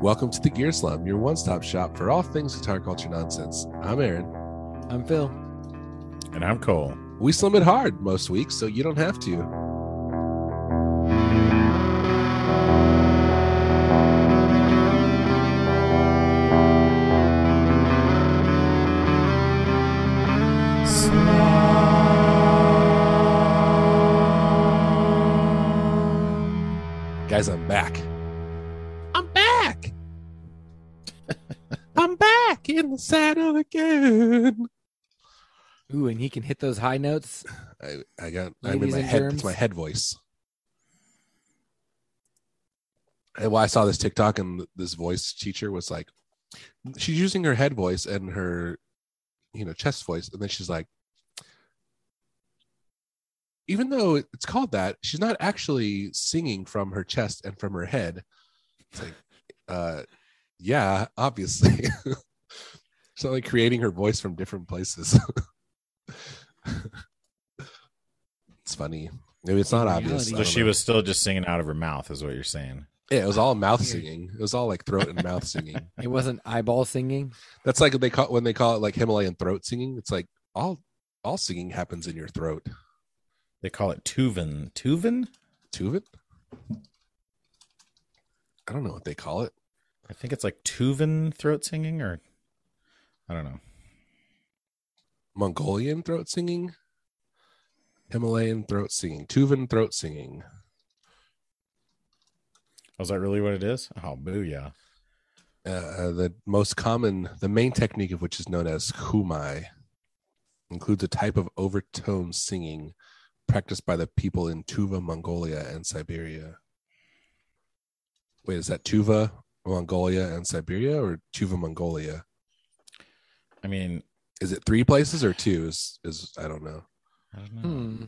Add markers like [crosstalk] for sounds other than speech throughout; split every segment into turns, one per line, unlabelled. Welcome to the Gear Slum, your one stop shop for all things guitar culture nonsense. I'm Aaron.
I'm Phil.
And I'm Cole.
We slum it hard most weeks, so you don't have to. Guys, I'm back. I'm back. I'm back in the saddle again.
Ooh, and he can hit those high notes.
I, I got, I'm in
Ladies
my
and
head.
germs.
It's my head voice. And well, I saw this TikTok and this voice teacher was like, she's using her head voice and her, you know, chest voice. And then she's like, even though it's called that, she's not actually singing from her chest and from her head. It's like, uh, yeah, obviously. [laughs] she's only creating her voice from different places. [laughs] it's funny. Maybe it's not
In
obvious.
reality-
I
So
don't
she
know.
was still just singing out of her mouth, is what you're saying.
Yeah, it was all mouth
Weird.
singing. It was all like throat and mouth singing.
It wasn't eyeball singing.
That's like they call when they call it like Himalayan throat singing. It's like all all singing happens in your throat.
They call it Tuvan. Tuvan?
Tuvin? I don't know what they call it.
I think it's like Tuvan throat singing, or I don't know.
Mongolian throat singing, Himalayan throat singing, Tuvin throat singing.
Was that really what it is? Oh, booyah.
Uh, the most common, the main technique of which is known as humai, includes a type of overtone singing practiced by the people in Tuva, Mongolia, and Siberia. Wait, is that Tuva, Mongolia, and Siberia, or Tuva, Mongolia?
I mean,
Is it three places or two? Is is I don't know.
I don't know.
Hmm.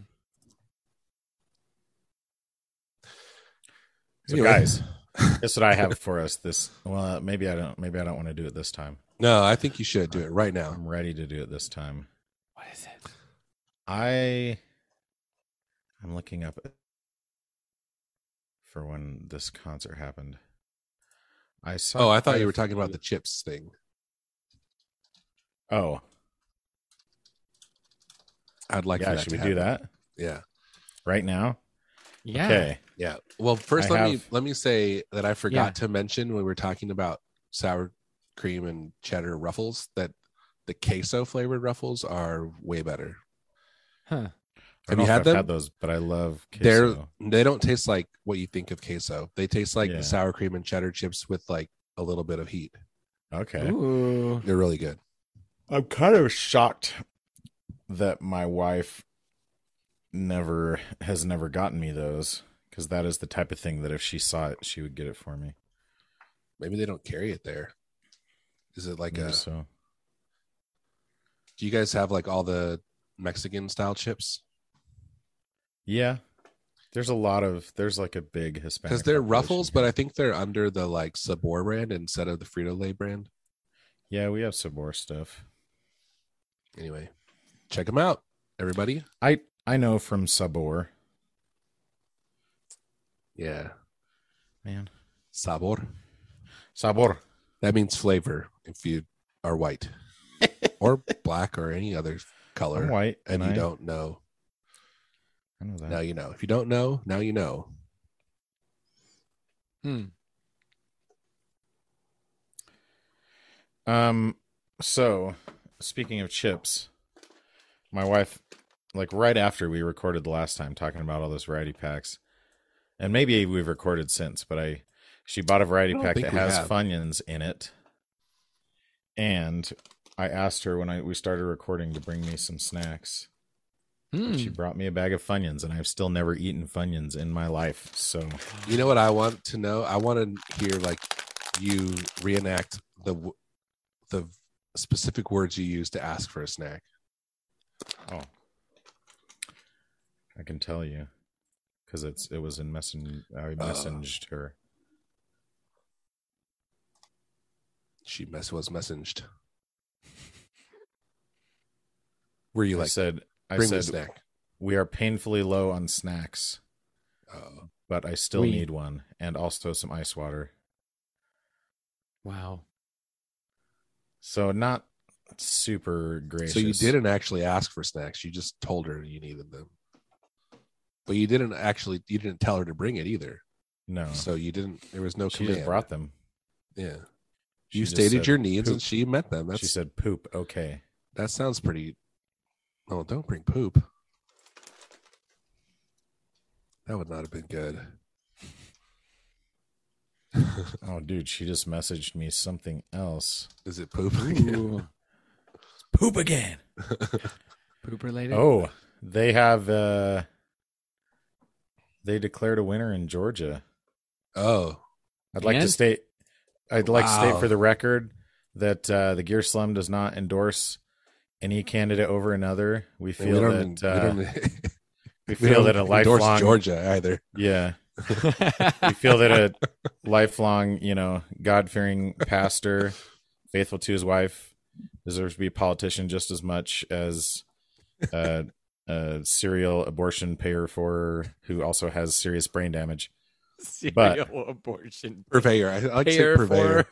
So,
Anyway.
guys,
[laughs]
guess what I have for us this? Well, maybe I don't. Maybe I don't want to do it this time.
No, I think you should do it right now.
I'm ready to do it this time.
What is it?
I I'm looking up for when this concert happened. I saw
Oh, I thought you were talking about the chips thing.
Oh,
I'd like. for
yeah,
that
should
to
we do
happen.
that
Yeah,
right now?
Yeah.
Okay.
yeah. Well, first,
I
let me
have-
let me say that I forgot to mention when we were talking about sour cream and cheddar ruffles that the queso flavored ruffles are way better.
Huh.
I don't
Have you
know if
had
I've
them?
had those, but I love
They're
queso.
they don't taste like what you think of queso. They taste like
Yeah.
the sour cream and cheddar chips with like a little bit of heat.
Okay.
Ooh.
They're really good.
I'm kind of shocked that my wife never has never gotten me those because that is the type of thing that if she saw it, she would get it for me.
Maybe they don't carry it there. Is it like
Maybe
a?
So
Do you guys have like all the Mexican style chips?
yeah, there's a lot of there's like a big Hispanic
because they're
population
ruffles
here.
but i think they're under the like sabor brand instead of the frito-lay brand
Yeah, we have some more stuff.
anyway check them out everybody
I I know from Sabor,
yeah
man.
sabor
Sabor.
that means flavor if you are
[laughs]
white or black or any other color
I'm white,
and you
I,
don't know
I know that.
now you know if you don't know now you know
Hmm.
Um. So, speaking of chips, my wife, like right after we recorded the last time, talking about all those variety packs, and maybe we've recorded since, but I, she bought a variety
I don't
pack
think
that
we
has
have.
Funyuns in it, and I asked her when I we started recording to bring me some snacks. and
Hmm.
She brought me a bag of Funyuns, and I've still never eaten Funyuns in my life. So
you know what i want to know i want to hear like you reenact the w- the specific words you use to ask for a snack
Oh, I can tell you, because it's it was in messen. I
Uh,
messaged her.
she mess was
[laughs]
messaged were you
I
like
said, I
bring me a
said,
snack
we are painfully low on snacks,
oh
but I still
We-
need one, and also some ice water.
Wow.
So not super gracious.
So you didn't actually ask for snacks. You just told her you needed them. But you didn't actually you didn't tell her to bring it either.
No,
So you didn't there was no
she just
command.
brought them.
yeah.
She
you
just
stated
said,
your needs
"Poop."
and she met them.
She
That's
said poop. Okay.
that sounds pretty Oh, don't bring poop. That would not have been good.
Oh, dude, she just messaged me something else.
Is it poop? [laughs]
Ooh.
Poop again.
Poop related. [laughs]
Oh, they have. uh They declared a winner in Georgia.
oh.
I'd like to
And?
state. I'd like to
Wow.
state for the record that uh, the Gear Slum does not endorse any candidate over another. We
We
feel
don't,
that uh,
we don't,
we
[laughs] we don't
feel that a
endorse
lifelong
Georgia either.
[laughs] yeah we
[laughs]
feel that a lifelong you know God fearing pastor faithful to his wife deserves to be a politician just as much as uh, a serial abortion payer for who also has serious brain damage
Serial abortion.
Purveyor. I, I like to say
Payer
purveyor.
for-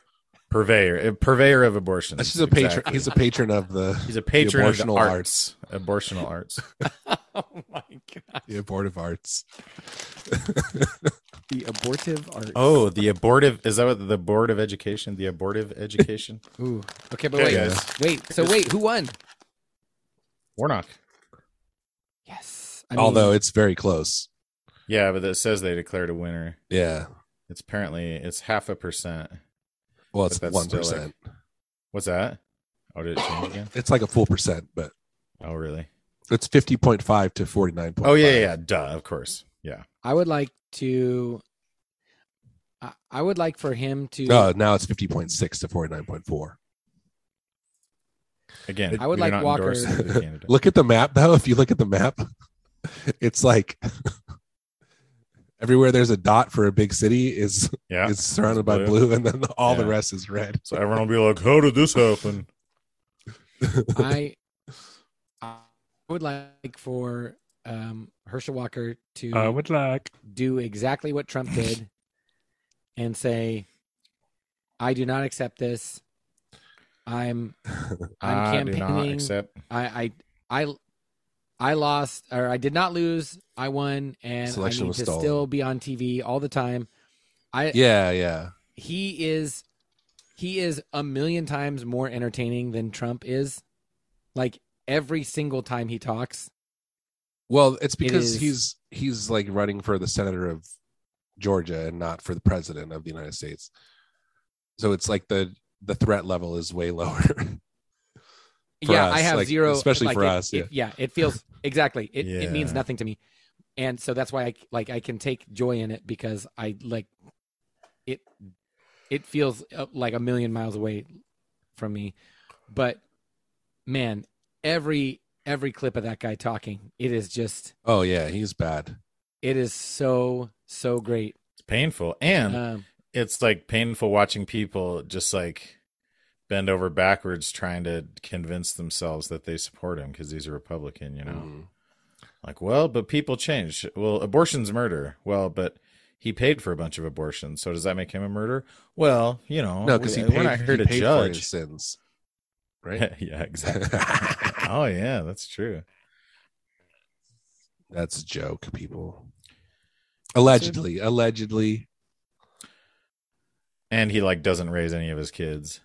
purveyor a purveyor of abortion.
That's just a patron.
Exactly.
He's a patron of the
He's a patron of the
abortional
arts. Abortional arts.
[laughs] Oh my god.
the abortive arts.
The abortive art.
[laughs] Oh, the abortive is that what the board of education? The abortive education.
Ooh. Okay, [laughs] but
Okay,
wait,
guys.
wait. So wait, who won?
Warnock.
Yes. I mean,
Although it's very close.
Yeah, but it says they declared a winner.
Yeah.
It's apparently it's half a percent.
Well,
But
it's
that's
one
still, like-
percent.
What's that? Oh, did it change again?
It's like a full percent, but
Oh, really?
it's fifty point five to forty nine point.
Oh, yeah, yeah, yeah. Duh, of course. Yeah.
I would like to. I, I would like for him to.
Oh,
No, now it's fifty point six to forty nine point four.
Again,
I would
we
like
are not
Walker-
endorsing
[laughs]
the candidate.
Look at the map though. [laughs] If you look at the map, it's like [laughs] everywhere there's a dot for a big city is
yeah.
is surrounded by
Blue.
blue, and then all the
Yeah.
rest is
[laughs]
red.
So everyone will be like, "How did this happen?"
I. I would like for um, Herschel Walker to
would like.
do exactly what Trump did, and say, "I do not accept this. I'm I'm
I do not
campaigning.
accept.
I I I I lost or I did not lose. I won, and
Selection
I need
was
to
stolen.
still be on TV all the time. I
Yeah, yeah.
he is he is a million times more entertaining than Trump is. Like every single time he talks,
Well, it's because
is-
he's he's like running for the senator of Georgia and not for the president of the United States. So it's like the the threat level is way [laughs] lower. For
yeah,
us,
I have
like,
zero.
especially
like,
for
it-
us,
it- yeah,
[laughs]
it feels exactly. It
Yeah.
it means nothing to me, and so that's why I like I can take joy in it because I like it. It feels uh, like a million miles away from me, but man, every every clip of that guy talking, it is just
oh yeah, he's bad.
it is so so great.
It's painful, and
Um,
it's like painful watching people just like bend over backwards trying to convince themselves that they support him because he's a Republican. You know,
Mhm.
like, well, but people change. Well, abortion's murder. Well, but he paid for a bunch of abortions, so does that make him a murderer? Well, you know,
No, because
we- uh,
he
we're
paid,
not
he
here to
paid for his
judge.
sins, right?
[laughs] yeah, [laughs] exactly. oh yeah, that's true.
[laughs] That's a joke, people. Allegedly, allegedly.
And he like doesn't raise any of his kids.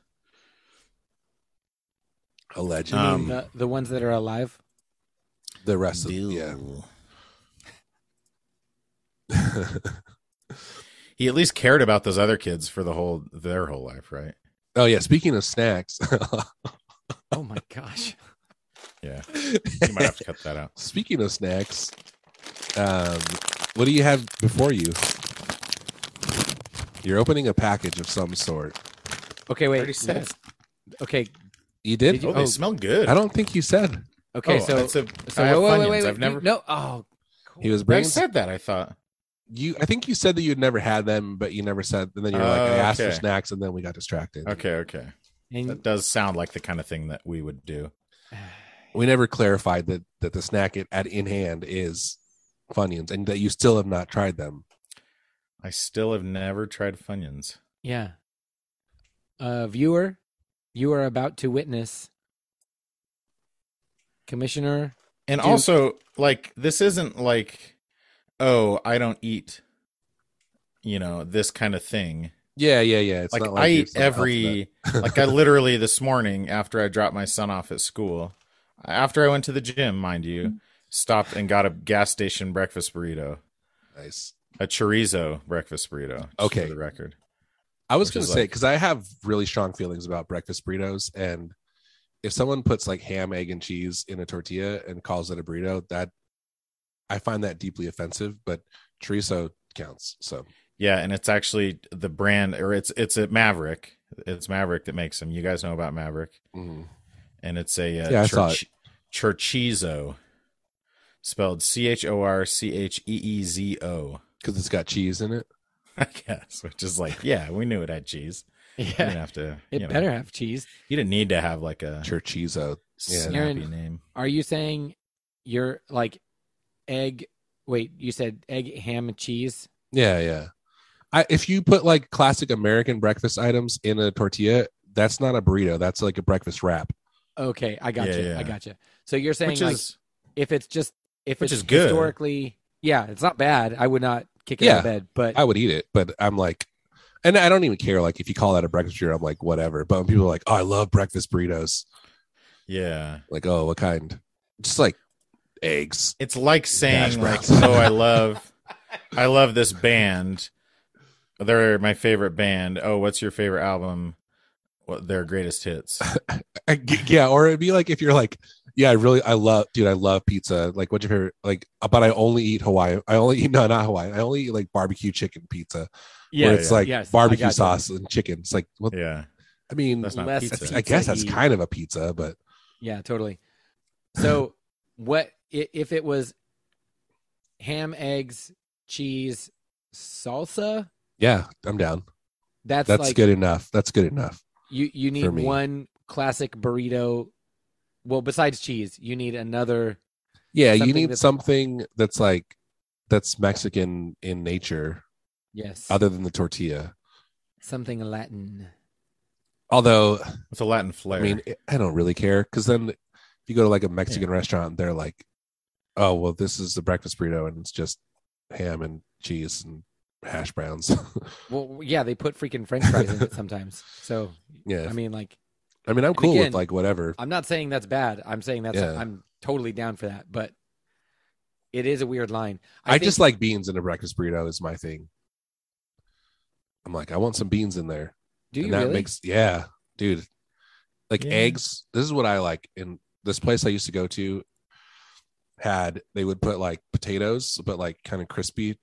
Allegedly,
you mean
Um,
the, the ones that are alive.
the rest of yeah. [laughs]
He at least cared about those other kids for the whole their whole life, right?
oh yeah. Speaking of snacks,
Oh my gosh.
Yeah. You might have to cut that out.
Speaking of snacks, um, what do you have before you? You're opening a package of some sort.
Okay, wait.
already said.
let's- Okay,
You did?
Did you-
Oh, they
Oh.
smell good.
I don't think you said.
okay.
oh,
so
it's a,
so
I have
wait, wait, wait,
Funyuns.
wait,
I've never
no. Oh,
He was
I
bringing
said that, I thought.
you. I think you said that you'd never had them, but you never said. And then you're like, I
Oh,
asked for
okay.
snacks, and then we got distracted.
Okay, okay.
and
That does sound like the kind of thing that we would do.
[sighs]
We never clarified that that the snack it, at in hand is Funyuns, and that you still have not tried them.
I still have never tried Funyuns.
Yeah. uh, viewer, you are about to witness
[laughs]
Commissioner.
And
Dude.
also, like, this isn't like, oh, I don't eat, you know, this kind of thing.
Yeah, yeah, yeah. It's
like,
not
I
you're
eat
some
every,
[laughs] alphabet.
like, I literally this morning after I dropped my son off at school, after I went to the gym, mind you, stopped and got a gas station breakfast burrito,
nice.
a chorizo breakfast burrito. just
Okay.
For the record.
I was
which
going
is
to say
like-
because I have really strong feelings about breakfast burritos, and if someone puts like ham, egg, and cheese in a tortilla and calls it a burrito, that I find that deeply offensive. But chorizo counts, so
Yeah, and it's actually the brand, or it's it's a Maverick. It's Maverick that makes them. You guys know about Maverick,
mm.
and it's a uh,
Yeah, I saw
church- chorchizo, spelled C H O R C H E E Z O. [laughs]
because it's got cheese in it.
I guess, which is like, yeah, we knew it had cheese.
Yeah,
You didn't have to.
it
you know,
better have cheese.
You didn't need to have like a
Chorizo.
snappy
Aaron-
name.
Are you saying you're like egg? Wait, you said egg, ham, and cheese.
Yeah, yeah. I, if you put like classic American breakfast items in a tortilla, that's not a burrito. That's like a breakfast wrap.
Okay, I got
Yeah,
you.
yeah.
I got you. So you're saying
Which
like
is
if it's just if
Which
it's
is good.
historically, yeah, it's not bad. I would not kick it out of bed, but
I would eat it, but I'm like, and I don't even care. Like if you call that a breakfast burrito, I'm like, whatever. But when people are like, oh, I love breakfast burritos,
yeah.
like, oh, what kind? Just like eggs. [laughs]
It's like saying like,
browns.
oh, I love, I love this band. They're my favorite band. Oh, what's your favorite album? What their
[laughs]
greatest hits?
I g- yeah, or it'd be like if you're like, yeah, I really, I love, dude, I love pizza. Like, what's your favorite? Like, uh, but I only eat Hawaii. I only eat [laughs] no, not Hawaii. I only eat like barbecue chicken pizza,
yeah,
where it's like
yes, I
barbecue
got you.
sauce and chicken. It's like, well,
Yeah,
I mean,
That's not
less
pizza.
I guess that's
pizza-y.
kind of a pizza, but
Yeah, totally. So, what i- if it was ham, eggs, cheese, salsa?
yeah, I'm down.
That's,
That's
like
good enough. That's good enough.
you you need
me.
one classic burrito. Well, besides cheese, you need another.
Yeah, you
something
need
that's-
something that's like that's Mexican in nature,
Yes,
other than the tortilla.
something Latin.
Although,
with a Latin flair.
I mean, I don't really care because then if you go to like a Mexican restaurant, they're like, "Oh, well, this is the breakfast burrito, and it's just ham and cheese and hash browns." [laughs]
Well, yeah, they put freaking French fries in it sometimes. So,
yeah,
I mean, like,
I mean, I'm
and
cool
again-
with like whatever.
I'm not saying that's bad. I'm saying that's
Yeah.
I'm totally down for that, but it is a weird line.
I,
think-
just like beans in a breakfast burrito is my thing. I'm like, I want some beans in there.
do you
and that
really?
makes yeah, dude. Like
Yeah.
eggs. This is what I like. In this place I used to go to, had they would put like potatoes, but like kind of crispy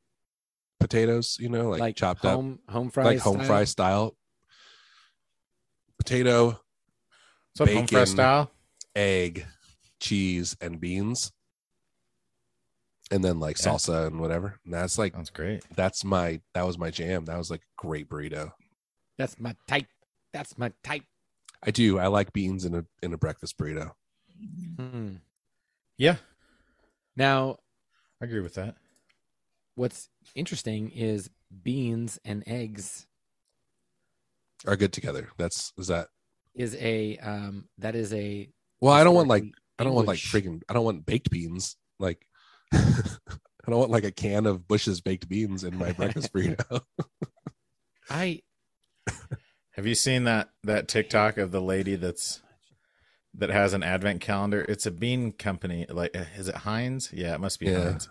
potatoes. You know, like, chopped up,
home home fries
like home
style?
fry style. Potato,
what's up, home
bacon.
fresh style?
egg, cheese, and beans, and then like
Yeah. Oh.
salsa and whatever. And that's like
Sounds great.
that's my that was my jam. That was like a great burrito.
That's my type. That's my type.
I do. I like beans in a in a breakfast burrito.
Hmm.
Yeah,
Now,
I agree with that.
what's interesting is beans and eggs
Are good together. That's is that
is a um that is a
Well, I don't want like
historically
I don't want like
English-
freaking I don't want baked beans. Like [laughs] I don't want like a can of Bush's baked beans in my breakfast
[laughs]
burrito.
I
Have you seen that that TikTok of the lady that's that has an advent calendar? It's a bean company. Like, is it Heinz? Yeah, it must be
Yeah.
Heinz.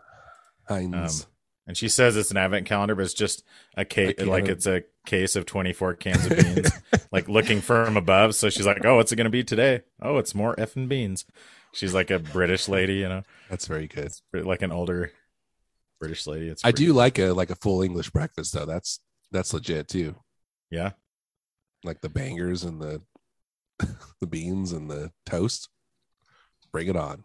Um,
Heinz.
And she says it's an advent calendar, but it's just a case,
can
like
of-
it's a case of 24 cans
[laughs]
of beans, like looking from above. So she's like, oh, what's it going to be today? Oh, it's more effing beans. She's like a British lady, you know,
That's very good.
it's pretty- like an older British lady. It's
I
pretty-
do like a like a full English breakfast though. That's that's legit too.
Yeah.
Like the bangers and the [laughs] the beans and the toast. Bring it on.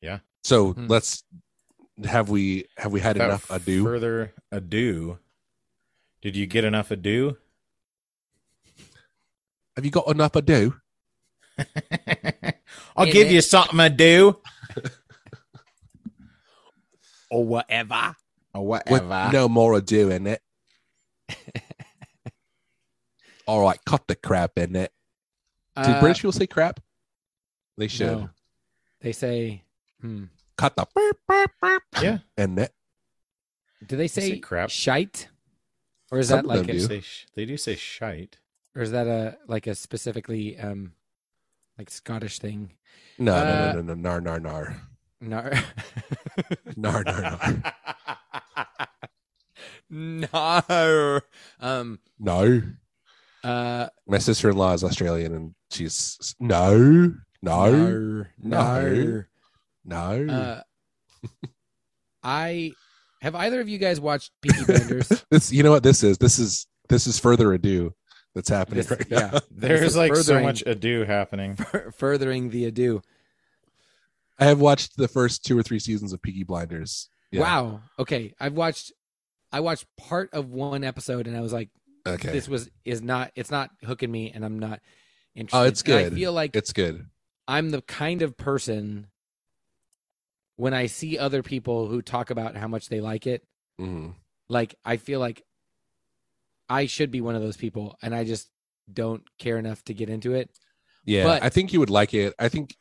Yeah.
So
Hmm.
let's have we have we had
Without
enough ado?
Further ado. Did you get enough ado? [laughs]
have you got enough ado?
I'll
In
give
it.
you something ado.
or whatever.
Or
With
whatever.
[laughs]
no more ado in it. All right, cut the crap in it. Did
Uh,
British people say crap? They should.
no. They say, hmm.
Cut the burp, burp, burp
Yeah.
in it.
Do they
They
say,
say crap.
shite? Or is
Some
that
of
like
them
a,
do.
Say sh- they do say shite.
or is that a like a specifically um like Scottish thing?
No,
Uh,
no, no, no, no, nar, nar, nar.
No. [laughs]
Nar, nar, nar.
[laughs]
no. Um
No.
uh
My sister in law is Australian and she's no, no,
no.
no.
Uh, I have either of you guys watched
[laughs]
Peaky Blinders?
this, you know what this is? This is this is further ado that's happening
This-
right now.
yeah, This
There's
is
like so
furthering-
much ado happening.
[laughs] furthering the ado.
I have watched the first two or three seasons of Peaky Blinders. Yeah.
Wow. Okay, I've watched. I watched part of one episode and I was like,
Okay.
"This was is not. It's not hooking me, and I'm not interested."
Oh, it's
And
good.
I feel like
it's good.
I'm the kind of person when I see other people who talk about how much they like it,
hmm
like I feel like I should be one of those people, and I just don't care enough to get into it.
Yeah.
But-
I think you would like it. I think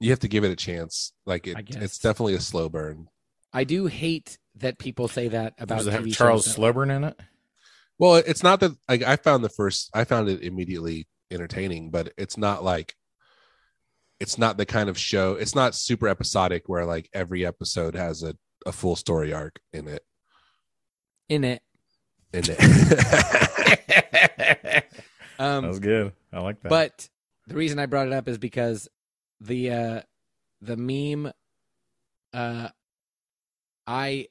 you have to give it a chance. Like it,
I guess.
it's definitely a slow burn.
I do hate that people say that about
Does it have
TV
Charles
shows.
Slobern in it?
Well, it's not that like I found the first I found it immediately entertaining, but it's not like it's not the kind of show it's not super episodic where like every episode has a, a full story arc in it.
in it.
In it.
that
Um,
was good. I like that.
But the reason I brought it up is because the uh the meme uh I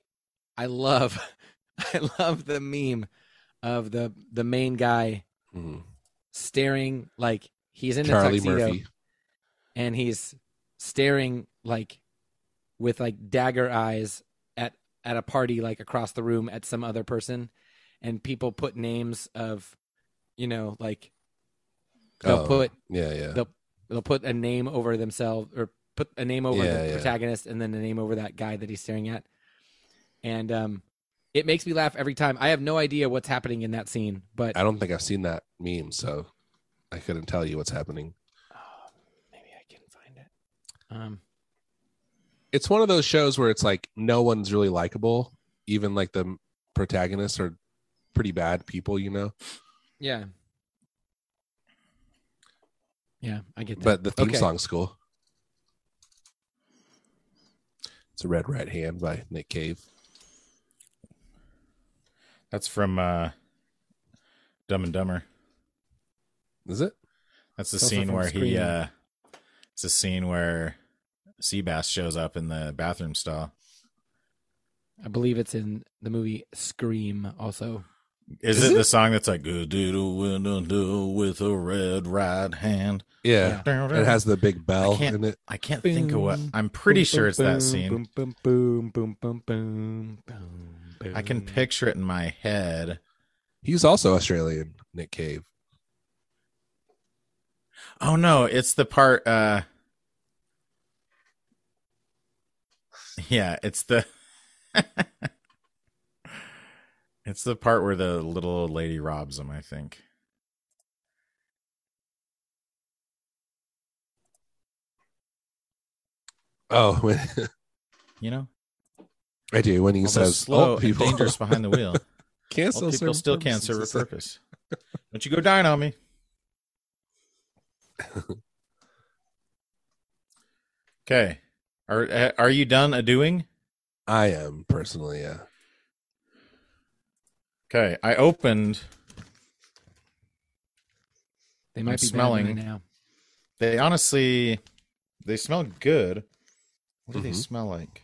I love [laughs] I love the meme of the the main guy
Mhm.
staring like he's in a
Charlie
tuxedo
Murphy.
and he's staring like with like dagger eyes at at a party like across the room at some other person and people put names of you know like they'll
Oh.
put
Yeah, yeah.
they'll they'll put a name over themselves or put a name over
Yeah,
the
yeah.
protagonist and then a name over that guy that he's staring at and um it makes me laugh every time i have no idea what's happening in that scene but
I don't think I've seen that meme, so I couldn't tell you what's happening.
Oh, maybe i can find it um
It's one of those shows where it's like no one's really likable, even like the protagonists are pretty bad people, you know.
yeah yeah i get that
But the theme
Okay.
song's cool. It's a Red Right Hand by Nick Cave.
that's from uh, Dumb and Dumber.
Is it?
That's the
It's also
scene
from
where he.
Scream.
Uh, it's a scene where Seabass shows up in the bathroom stall.
i believe it's in the movie scream also
Is,
Is
it,
it?
the song that's like good doodle window do with a red right hand?
Yeah. It has the big bell
I can't-
in it.
I can't think of what.
Boom,
I'm pretty
Boom,
sure
boom,
it's that
boom,
scene.
Boom, boom, boom, boom, boom, boom, boom,
I can
boom.
picture it in my head.
He's also Australian, Nick Cave.
Oh no, it's the part uh Yeah, it's the [laughs] It's the part where the little old lady robs him, I think.
Oh, [laughs] when,
You know?
I do. When he
Although
says,
slow
oh, people [laughs]
and dangerous behind the wheel.
cancel
Old people
certain
still can't serve a
purposes."
purpose. Don't you go dine
[laughs]
on me. okay. Are uh, are you done a doing?
I am personally, yeah.
Okay. I opened
They might
I'm
be
smelling.
smelling right now.
they honestly they smell good. What do they
Mhm.
smell like?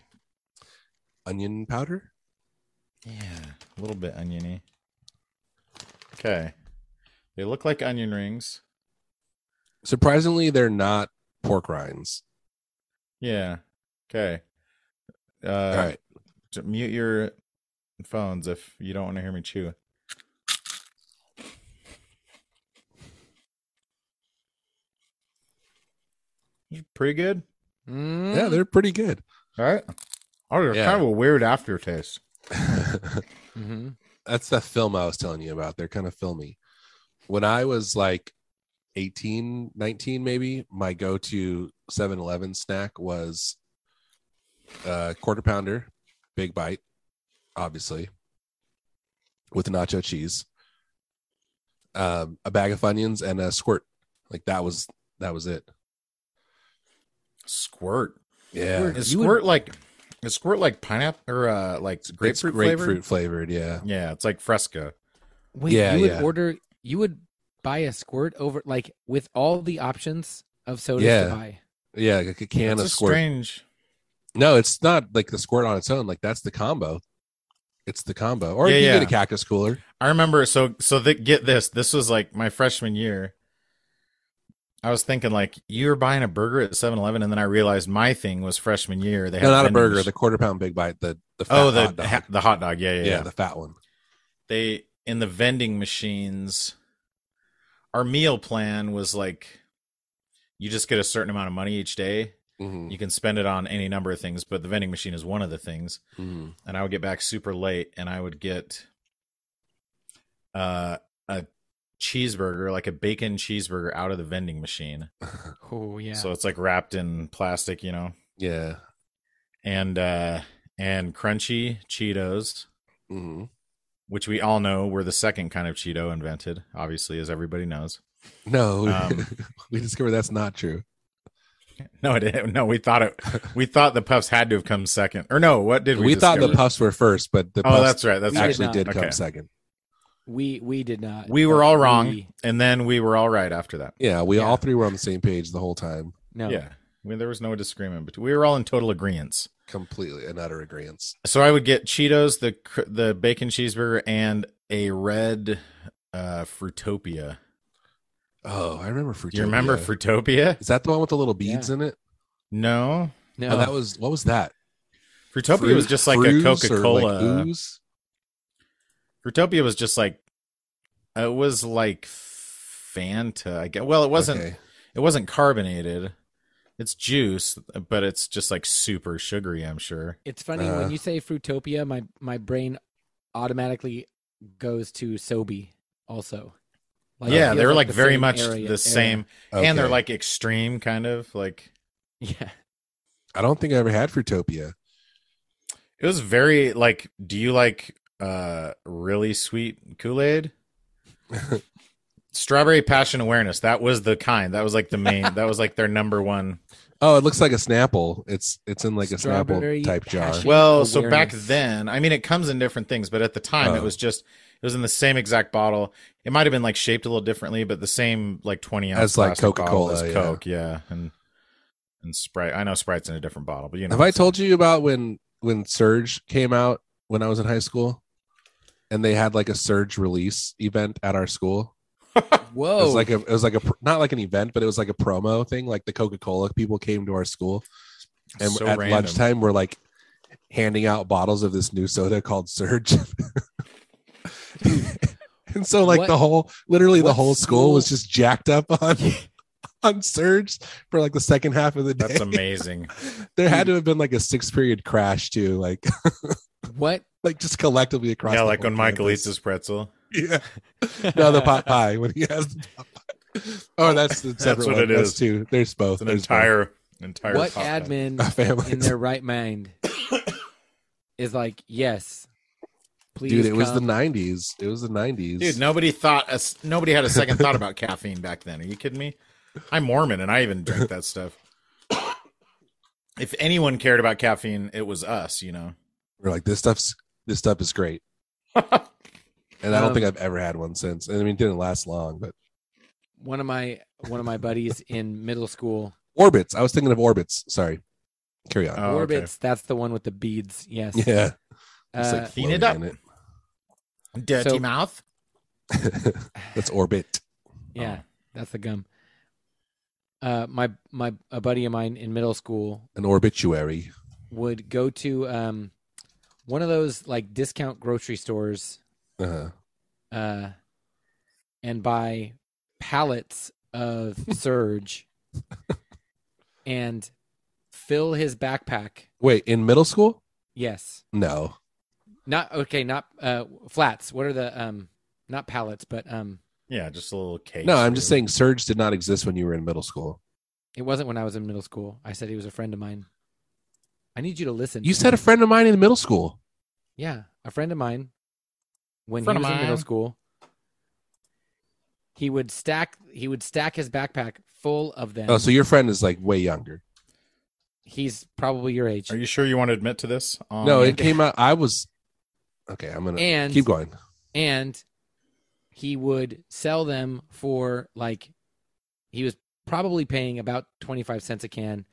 Onion powder?
Yeah. A little bit oniony. Okay. They look like onion rings.
Surprisingly, they're not pork rinds.
Yeah. Okay. Uh
All right.
J- mute your phones if you don't want to hear me chew. Pretty good.
Mm-hmm.
Yeah, they're pretty
[laughs]
good. [laughs]
All right. Oh, they're
Yeah.
kind of a weird aftertaste.
Mm-hmm.
That's the film I was telling you about. They're kind of filmy. when I was like 18, 19, maybe, my go to 7 Eleven snack was a quarter pounder, big bite, obviously, with nacho cheese, um, a bag of Funyuns, and a squirt. Like that was that was it.
Squirt.
Yeah,
Squirt.
it's
Is
You would-
squirt like is squirt like pineapple or uh like grapefruit,
grapefruit
flavored?
flavored. Yeah,
Yeah, it's like fresca.
Wait,
Yeah,
you would
yeah.
order you would buy a squirt over like with all the options of sodas
Yeah.
to buy.
yeah, like a can
That's
of
a
squirt.
strange.
No, it's not like the squirt on its own. Like that's the combo. It's the combo. Or
Yeah,
you
yeah.
get a cactus cooler.
I remember so so that get this. This was like my freshman year. I was thinking like you were buying a burger at 7-Eleven, and then I realized my thing was freshman year. They had
No, not a
vending
burger.
mach-
The quarter pound big bite. The the fat
oh, the
hot dog.
ha- the hot dog. Yeah, yeah,
yeah,
yeah.
the fat one.
They in the vending machines. Our meal plan was like, you just get a certain amount of money each day.
Mhm,
You can spend it on any number of things, but the vending machine is one of the things.
mhm.
and I would get back super late and I would get uh, a cheeseburger, like a bacon cheeseburger out of the vending machine.
Oh yeah.
So it's like wrapped in plastic, you know,
Yeah.
and uh, and crunchy Cheetos,
hmm
which we all know were the second kind of Cheeto invented, obviously, as everybody knows.
No,
Um,
[laughs] we discovered that's not true.
No, it didn't. No, we
[laughs]
thought it. We thought the puffs had to have come second, or no? What did
We,
we?
thought the
discover?
puffs were first, but the
Oh,
puffs
that's right. That's
We did
actually
not.
did, come
Okay.
second.
we we did not.
We were
but
all wrong,
we-
and then we were all right after that.
Yeah, we
Yeah.
all three were on the same page the whole time.
no.
Yeah. I mean, there was no disagreement, but we were all in total agreement.
Completely and utter agreement.
So I would get Cheetos, the cr- the bacon cheeseburger, and a red uh, Fruitopia.
Oh, I remember Fruitopia.
Do you remember Fruitopia?
Is that the one with the little beads in it?
No,
No.
Oh, that was what was that?
Fruitopia was
Fruit-
just like a
fruits or, like,
Coca Cola.
ooze?
Fruitopia was just like it was like Fanta. I guess. Well, it wasn't.
Okay.
It wasn't carbonated. It's juice, but it's just like super sugary. I'm sure.
It's funny
Uh.
Uh-huh.
when you say Fruitopia, my my brain automatically goes to Sobe also. Like, it
yeah,
feels
they were like,
the
very
same
much
area-
the
area.
same, and they're
Okay.
like extreme, kind of like.
Yeah.
I don't think I ever had Fruitopia. [laughs]
It was very like, do you like uh really sweet Kool-Aid? Strawberry passion awareness. That was the kind. That was like the main that was like their
[laughs]
number one.
Oh, it looks like a Snapple. It's it's in like a
Strawberry
Snapple type jar.
passion.
Well, so back
awareness.
then, I mean it comes in different things, but at the time it
Oh.
was just it was in the same exact bottle. It might have been like shaped a little differently, but the same like twenty ounce
As, like,
plastic bottle
Coca-Cola,
as
yeah.
Coke, yeah. And and Sprite. I know Sprite's in a different bottle, but you know.
Have I told you about when when Surge came out when I was in high school, and they had like a Surge release event at our school? It
[laughs] Whoa.
was like a it was like a pr- not like an event, but it was like a promo thing. Like the Coca Cola people came to our school, and
So
at
random.
lunchtime we're like handing out bottles of this new soda called Surge. [laughs] and so like
what-
the whole literally the
what
whole school, was
school-
just jacked up [laughs]
[laughs]
on on Surge for like the second half of the day. [laughs]
That's amazing.
There had to have been like a six period crash too, like [laughs]
[laughs]
what?
like just collectively across.
yeah,
the
like
whole
when Michael eats
campus.
his pretzel.
Yeah. No, the
[laughs]
pot pie when he has the pot pie. Oh, that's the separate
what
one.
it
that's
is.
two. There's both.
It's an
There's
entire entire
What
pop-
[laughs]
admin
[laughs]
both. A
Oh,
family.
in their right
[coughs]
mind is like, yes, please.
Dude, it was the
come.
'90s. It was the '90s.
Dude, nobody thought us. Nobody had a second thought about caffeine back then. Are you kidding me? I'm Mormon, and I even drink that stuff. If anyone cared about caffeine, it was us. You know.
We're like, this stuff's this stuff is
[laughs]
great, and I don't
Um,
think I've ever had one since. And I mean, it didn't last long, but
one of my one of my buddies in middle school.
orbits. I was thinking of orbits. Sorry, carry on.
[laughs]
Uh,
Oh, okay.
Orbits, that's the one with the beads. Yes.
yeah,
Uh,
just like
Clean it
floating
up.
in it.
Dirty
So-
mouth.
[laughs] That's orbit.
Yeah,
Oh.
that's the gum. Uh, my my a buddy of mine in middle school
An obituary.
would go to um, one of those like discount grocery stores
Uh,
uh, and buy pallets
[laughs]
of Surge and fill his backpack.
wait, in middle school?
Yes,
No.
not okay. Not uh, flats. What are the um, not pallets, but um,
Yeah, just a little case.
No,
or
I'm just saying
whatever.
Surge did not exist when you were in middle school.
It wasn't when I was in middle school. I said he was a friend of mine. I need you to listen.
You said a friend of mine in middle school.
Yeah, a friend of mine. When
Friend
he
of
was in middle
mine.
school, he would stack he would stack his backpack full of them.
Oh, so your friend is like way younger.
he's probably your age.
Are you sure you want to admit to this? Um, on-
no, it came out. I was okay. I'm gonna
and
keep going.
and he would sell them for like he was probably paying about 25 cents a can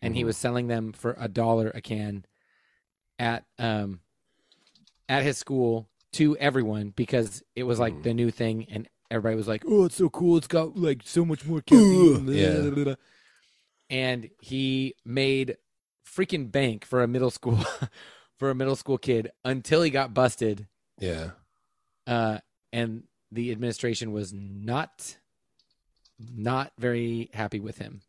and he
Mhm.
was selling them for a dollar a can at um at his school to everyone because it was like
Mhm.
the new thing and everybody was like oh it's so cool it's got like so much more caffeine
Yeah.
and he made freaking bank for a middle school [laughs] for a middle school kid until he got busted
Yeah,
uh, and the administration was not not very happy with him.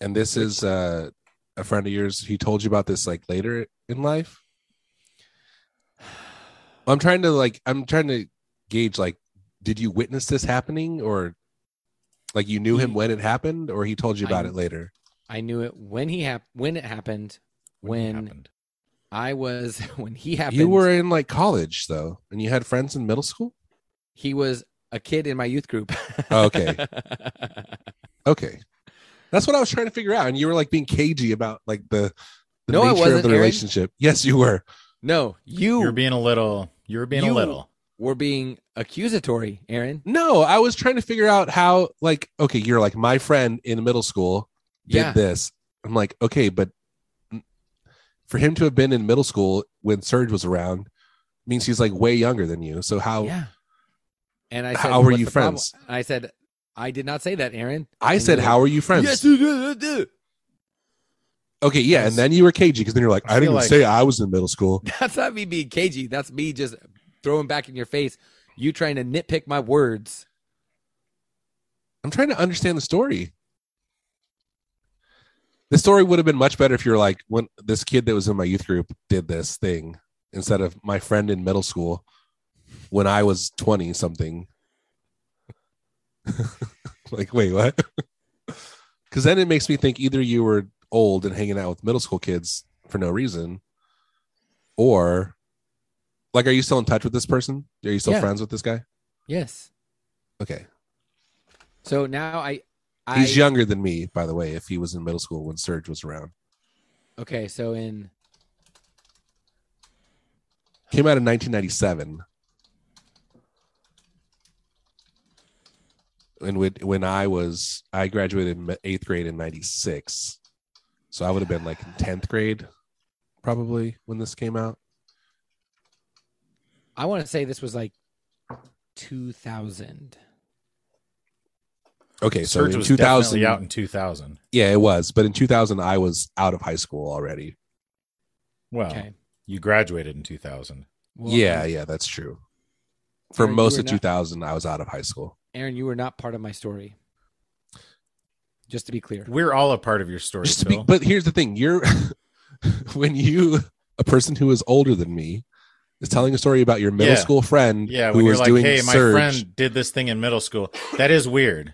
and this is uh, a friend of yours. He told you about this like later in life. [sighs] I'm trying to like I'm trying to gauge like did you witness this happening or like you knew him
He-
when it happened or he told you about
I-
it later.
I knew it when he hap- when it happened.
it
When
happened.
I was [laughs] when he happened,
You were in like college though, and you had friends in middle school.
he was a kid in my youth group.
Oh, [laughs] okay. Okay, that's what I was trying to figure out, and you were like being cagey about like the the
No,
nature
I
of
wasn't,
the
Aaron.
relationship. Yes, you were.
[laughs] no, you
You're being a little. You're being
You-
a little.
were being accusatory, Aaron.
No, I was trying to figure out how, like, okay, you're like my friend in middle school did
Yeah.
this. I'm like, okay, but for him to have been in middle school when Serge was around means he's like way younger than you. So how
Yeah. And I said,
How were
"What's
you
the problem?"
friends?
I said, I did not say that, Aaron.
I
And
said,
you-
how are you friends?
Yes, you did, you did.
Okay, yeah, and then you were cagey because then you're like,
I
I, didn't
feel
even
like-
say I was in middle school.
[laughs] That's not me being cagey. That's me just throwing back in your face. You trying to nitpick my words.
I'm trying to understand the story. The story would have been much better if you're like when this kid that was in my youth group did this thing instead of my friend in middle school when I was 20 something. [laughs] like, wait, what? [laughs] Because then it makes me think either you were old and hanging out with middle school kids for no reason, or like, are you still in touch with this person? Are you still
Yeah.
friends with this guy?
Yes.
Okay.
So now I, I
He's younger than me, by the way, if he was in middle school when Surge was around.
okay. So in
Came out in 1997. And when, when I was, I graduated in eighth grade in 96. So I would have been like in 10th grade probably when this came out.
I want to say this was like 2000.
Okay. So
Surge
in
was
2000.
definitely out in 2000.
Yeah, it was. But in 2000, I was out of high school already.
Well,
Okay.
you graduated in 2000.
Well,
yeah,
Aaron-
yeah, that's true. For
Aaron, you
most
were
of
not-
2000, I was out of high school.
Aaron, you were not part of my story. Just to be clear.
We're all a part of your story,
Just to be,
Phil.
but here's the thing: you're [laughs] when you a person who is older than me is telling a story about your middle
Yeah.
school friend
yeah,
who
when you're
was
like,
doing
"Hey, my
surge.
friend did this thing in middle school," that is weird.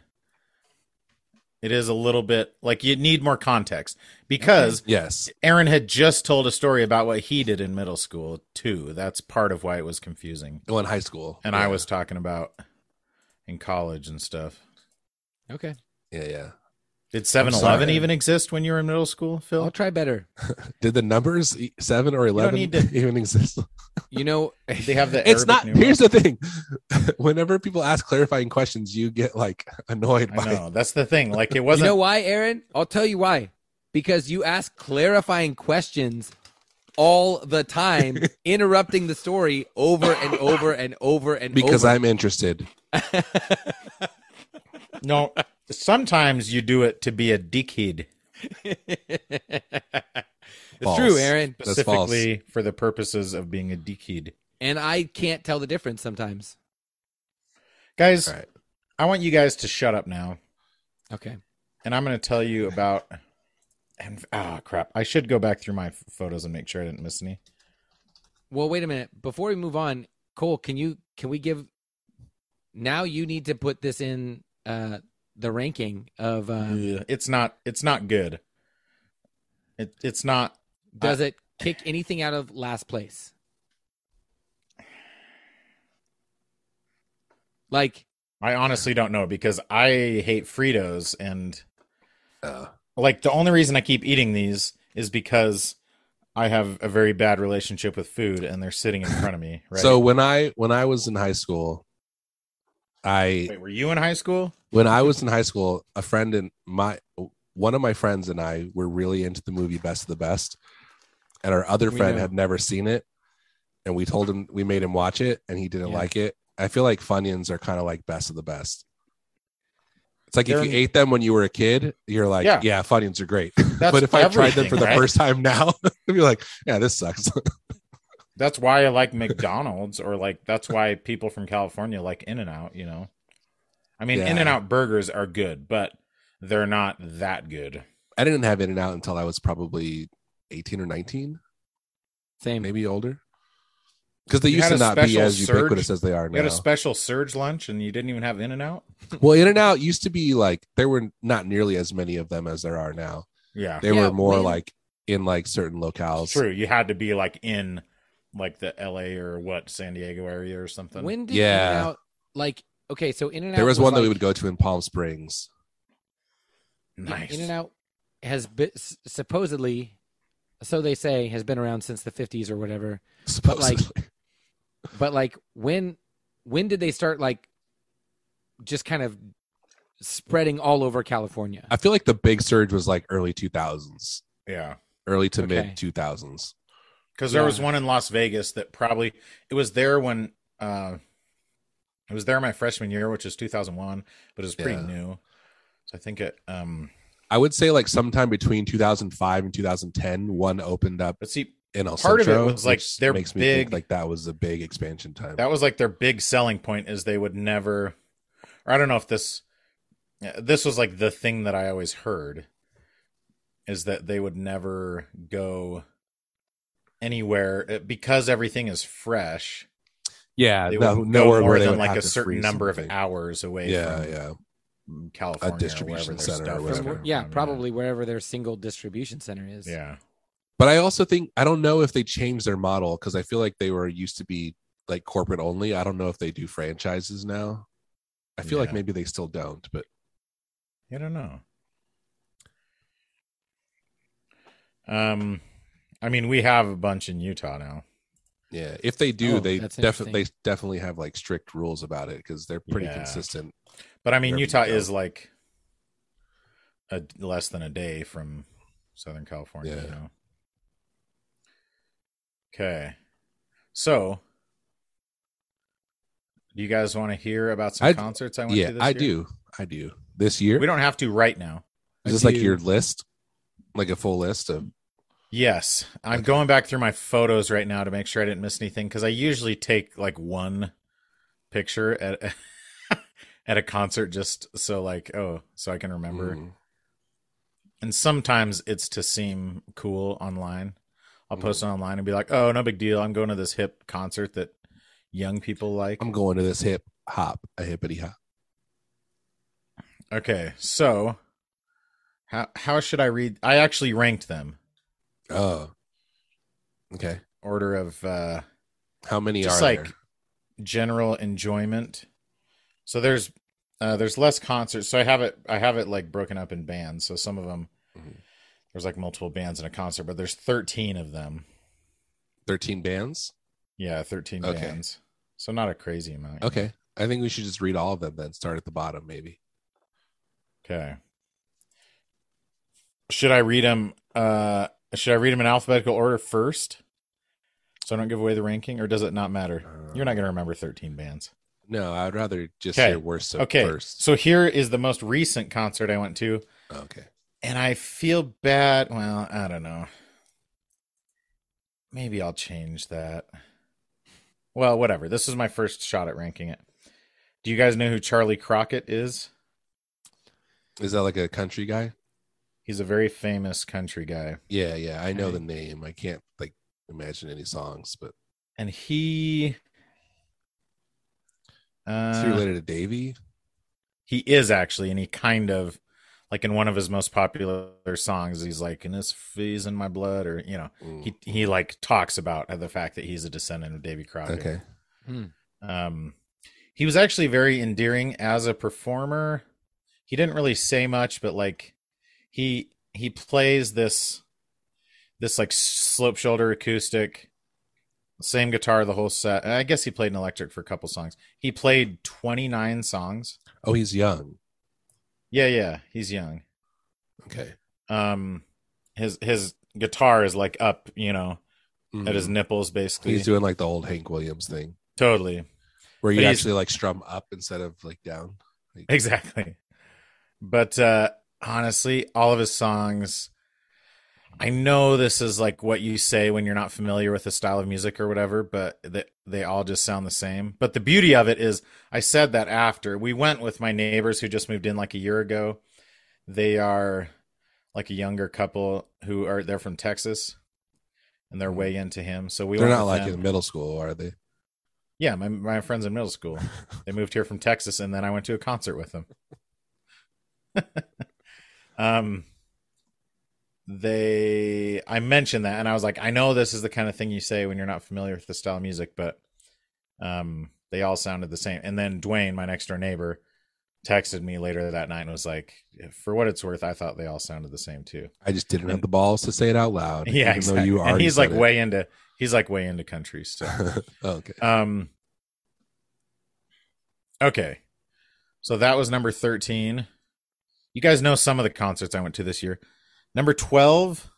It is a little bit like you need more context because
Yes,
Aaron had just told a story about what he did in middle school too. That's part of why it was confusing.
well, in high school,
And
Yeah.
I was talking about in college and stuff.
Okay.
yeah, yeah.
Did 7-Eleven
sorry.
even exist when you were in middle school,
I'll
Phil?
[laughs]
try better.
Did the numbers e- seven or eleven
need to-
[laughs] even exist?
You know,
They have the
It's
Arabic
not.
numeral.
Here's the thing: [laughs] whenever people ask clarifying questions, you get like [laughs] annoyed
I
by.
know. That's the thing. Like it
you
wasn't
know why, Aaron? I'll tell you why. Because you ask clarifying questions all the time,
[laughs]
interrupting the story over and over and over
[laughs]
and
Because
over.
I'm interested.
No, sometimes you do it to be a dickhead,
[laughs] it's
False.
true, Aaron.
That's false.
specifically for the purposes of being a dickhead.
And I can't tell the difference sometimes.
Guys,
All right.
I want you guys to shut up now,
Okay.
and I'm going to tell you about. And ah, crap! I should go back through my f- photos and make sure I didn't miss any.
Well, wait a minute. Before we move on, Cole, can you can we give now you need to put this in uh, the ranking of uh,
Ugh, it's not it's not good. It it's not
does it kick anything out of last place? Like
I honestly don't know because I hate Fritos and
Uh,
like the only reason I keep eating these is because I have a very bad relationship with food and they're sitting in front
[laughs]
of me, right?
So when I when I was in high school, I
Wait, were you in high school?
when I was in high school, a friend and my one of my friends and I were really into the movie Best of the Best, and our other
We
friend
know.
had never seen it, and we told him we made him watch it, and he didn't
Yeah.
like it. I feel like Funyuns are kind of like Best of the Best. It's like
They're-
if you ate them when you were a kid, you're like, yeah,
Yeah.
Funyuns are great. [laughs]
That's
but if I tried them
everything,
for the
right?
first time now, [laughs] I'd be like, yeah, this sucks. [laughs]
That's why I like McDonald's or like that's why people from California like In and Out, you know. I mean
Yeah.
In and Out burgers are good, but they're not that good.
I didn't have In and Out until I was probably 18 or 19,
same.
maybe older. Because they
You
used
had
to
a
not be
special
as
surge-
ubiquitous as they are
You
now.
had a special surge lunch and you didn't even have In and Out?
Well, In and Out used to be like there were not nearly as many of them as there are now.
Yeah.
They
Yeah,
were more
when-
like in like certain locales.
It's true. You had to be like in like the LA or what San Diego area or something.
When did In
Yeah.
and Out like okay, so In and Out
There was, one that we
like-
would go to in Palm Springs.
nice.
In and Out has been s- supposedly, so they say, has been around since the fifties or whatever.
[laughs]
like-
Supposedly.
But like, when when did they start like just kind of spreading all over California?
I feel like the big surge was like early 2000s,
Yeah.
early to
Okay.
mid 2000s.
Because there was
Yeah.
one in Las Vegas that probably it was there when uh it was there my freshman year, which is two thousand one, but it was pretty
Yeah.
new. So I think it um
I would say like sometime between 2005 and 2010, one opened up
but see
in El
Part of it
Centro,
was, like,
which
their
makes me think
big-
like that was a big expansion time.
that was like their big selling point is they would never or I don't know if this uh, this was like the thing that I always heard is that they would never go anywhere uh, because everything is fresh.
yeah,
They
Uh, no,
would
nowhere
go more
where they
than
would
like
have
a
to
certain
freeze
number
something.
of hours away
Yeah,
from
yeah.
California,
distribution
or wherever their
center or
stuff is
whatever.
From,
coming
where- yeah,
from,
probably wherever their single distribution center is.
Yeah,
But I also think I don't know if they changed their model because I feel like they were used to be like corporate only. I don't know if they do franchises now. I feel like
Yeah.
maybe they still don't, but
I don't know. Um, I mean, we have a bunch in Utah now.
yeah, if they do,
Oh,
they
that's
definitely they
interesting.
definitely have like strict rules about it because they're pretty
Yeah.
consistent.
But I mean,
Wherever you
Utah
go.
is like a less than a day from Southern California.
Yeah.
You know? Okay, so do you guys want to hear about some
I'd-
concerts I went
Yeah,
to? This
I
year?
do, I do. This year,
We don't have to right now.
I
is this like
do-
your list, like a full list of?
Yes, I'm
Okay.
going back through my photos right now to make sure I didn't miss anything because I usually take like one picture at [laughs] at a concert just so like oh so I can remember.
Mm.
And sometimes it's to seem cool online. I'll
Mm.
post it online and be like, "Oh, no big deal. I'm going to this hip concert that young people like."
I'm going to this hip hop, a hippity hop.
Okay, so how how should I read? I actually ranked them
Oh, okay.
order of uh
How many
just
are
like
there?
general enjoyment. So there's uh, there's less concerts. So I have it I have it like broken up in bands. So some of them
Mhm.
there's like multiple bands in a concert, but there's 13 of them.
Thirteen bands.
Yeah, 13
Okay.
bands. So not a crazy amount.
Okay, I think we should just read all of them then. Start at the bottom, maybe.
Okay. Should I read them uh should I read them in alphabetical order first? So I don't give away the ranking or does it not matter? You're not going to remember 13 bands.
Um, No, I'd rather just
Okay.
hear worst of
Okay.
first.
So here is the most recent concert I went to.
Okay.
and I feel bad. Well, I don't know. Maybe I'll change that. Well, whatever. This is my first shot at ranking it. Do you guys know who Charlie Crockett is?
Is that like a country guy?
He's a very famous country guy,
Yeah, yeah. I know
Okay.
the name. I can't like imagine any songs, but
and he
Is he
Uh,
related to Davy?
he is actually, and he kind of like in one of his most popular songs, he's like, "And this is in my blood," or you know,
Mm,
he he like talks about the fact that he's a descendant of Davy Crockett.
okay.
Um, he was actually very endearing as a performer. He didn't really say much, but like he he plays this this like slope shoulder acoustic, same guitar the whole set. I guess he played an electric for a couple songs. He played twenty nine songs.
Oh, he's young.
Yeah, yeah, he's young.
Okay.
Um, his his guitar is like up, you know, at his
Mhm.
nipples basically.
He's doing like the old Hank Williams thing
totally.
where you
But he's-
actually like strum up instead of like down. Like,
[laughs] Exactly. But uh honestly, all of his songs I know this is like what you say when you're not familiar with the style of music or whatever, but they, they all just sound the same. But the beauty of it is I said that after we went with my neighbors who just moved in like a year ago. They are like a younger couple who are they're from Texas and they're way into him. So we
Mm-hmm. they're
went
not
with
like
them.
in middle school, are
[laughs]
they?
Yeah, my my friends in middle school. They moved here from Texas, and then I went to a concert with them. [laughs] um, they, I mentioned that, and I was like, I know this is the kind of thing you say when you're not familiar with the style of music, but um, they all sounded the same. And then Dwayne, my next door neighbor, texted me later that night and was like, for what it's worth, I thought they all sounded the same too.
I just didn't have the balls to say it out loud. even
Yeah,
though
exactly.
you
and
already
he's like
said it.
way into he's like way into country stuff.
[laughs] okay.
Um. Okay, so that was number thirteen. You guys know some of the concerts I went to this year. Number twelve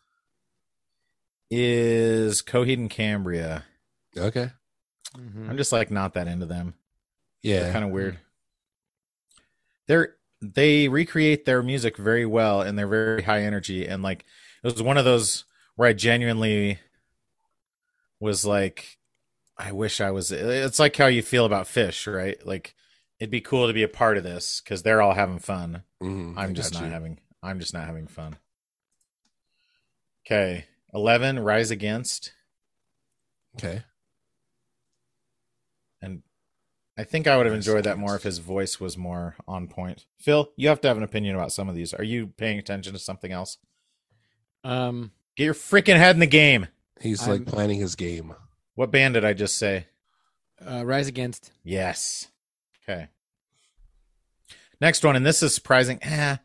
is Coheed and Cambria.
Okay.
Mhm.
I'm just like not that into them. They're
Yeah.
kind of weird. They're they recreate their music very well, and they're very high energy. And like it was one of those where I genuinely was like, I wish I was. It's like how you feel about fish, right? Like it'd be cool to be a part of this because they're all having fun.
Mhm, I
I'm just
got
not
you.
having. I'm just not having fun. Okay, eleven. Rise against.
Okay.
and I think I would have
Nice
enjoyed that
choice.
more if his voice was more on point. Phil, you have to have an opinion about some of these. Are you paying attention to something else?
Um,
Get your freaking head in the game.
He's
I'm-
like planning his game.
What band did I just say?
uh, Rise Against.
Yes. Okay. Next one, and this is surprising. Eh,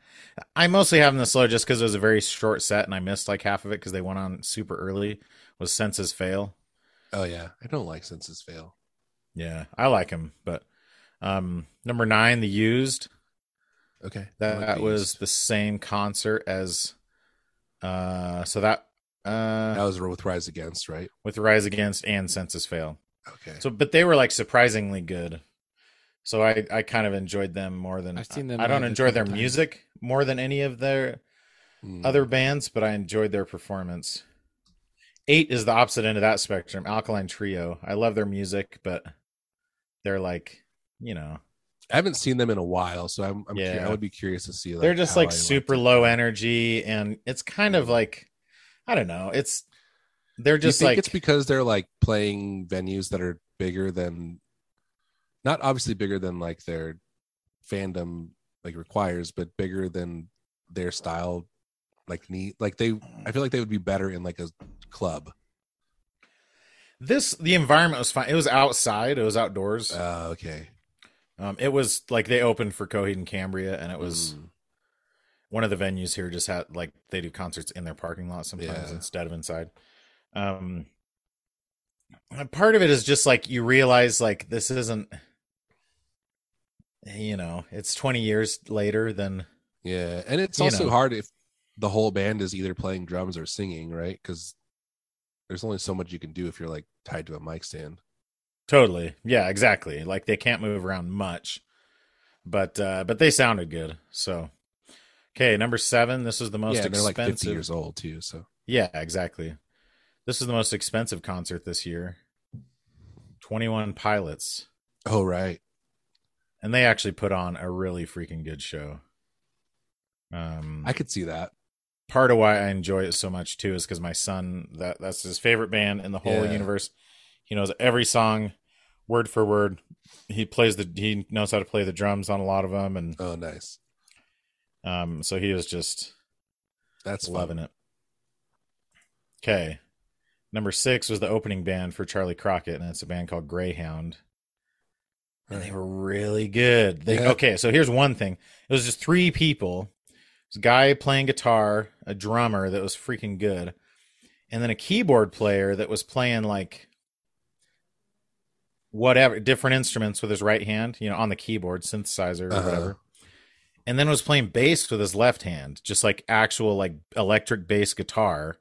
I mostly have them this low just because it was a very short set and I missed like half of it because they went on super early. Was Senses Fail?
Oh yeah. I don't like senses fail.
Yeah, I like him, but um, number nine, The Used.
Okay. I
that,
like these.
was the same concert as uh so that uh
that was with Rise Against, right?
with rise against and census fail
Okay.
so but they were like surprisingly good so i i kind of enjoyed them more than
I've seen them
i don't
live a
enjoy their
couple times.
music more than any of their
Mm.
other bands but i enjoyed their performance eight is the opposite end of that spectrum alkaline trio i love their music but they're like you know
I haven't seen them in a while, so I'm, I'm
Yeah.
curi- I would be curious to see. Like,
they're just
how
like
I
super
liked it.
low energy and it's kind of like i don't know it's they're
Do you
just
think
like
it's because they're like playing venues that are bigger than, not obviously bigger than like their fandom like requires, but bigger than their style like need like they I feel like they would be better in like a club.
this the environment was fine it was outside it was outdoors
Uh, okay.
um it was like they opened for coheed and cambria and it was
Mm.
one of the venues here just had like they do concerts in their parking lot sometimes
Yeah.
instead of inside um and part of it is just like you realize like this isn't you know it's 20 years later than
Yeah, and it's
You
also
know.
hard if the whole band is either playing drums or singing, right? Because there's only so much you can do if you're like tied to a mic stand.
Totally. Yeah, exactly. Like they can't move around much. But uh but they sounded good. So Okay, number 7, this is the most
yeah, and they're like
expensive.
50 years old too, so
Yeah, exactly. This is the most expensive concert this year. 21 Pilots.
Oh right.
And they actually put on a really freaking good show. Um
I could see that.
part of why I enjoy it so much too is because my son that that's his favorite band in the whole
Yeah.
universe. He knows every song, word for word. he plays the he knows how to play the drums on a lot of them, and
Oh, nice.
um, so he is just
That's
loving
loving
it. Okay, number six was the opening band for Charlie Crockett, and it's a band called Greyhound. And they were really good. They,
Yeah.
Okay, so here's one thing. It was just three people. This guy playing guitar, a drummer that was freaking good, and then a keyboard player that was playing like whatever different instruments with his right hand, you know, on the keyboard, synthesizer or
Uh-huh.
whatever. And then was playing bass with his left hand, just like actual like electric bass guitar.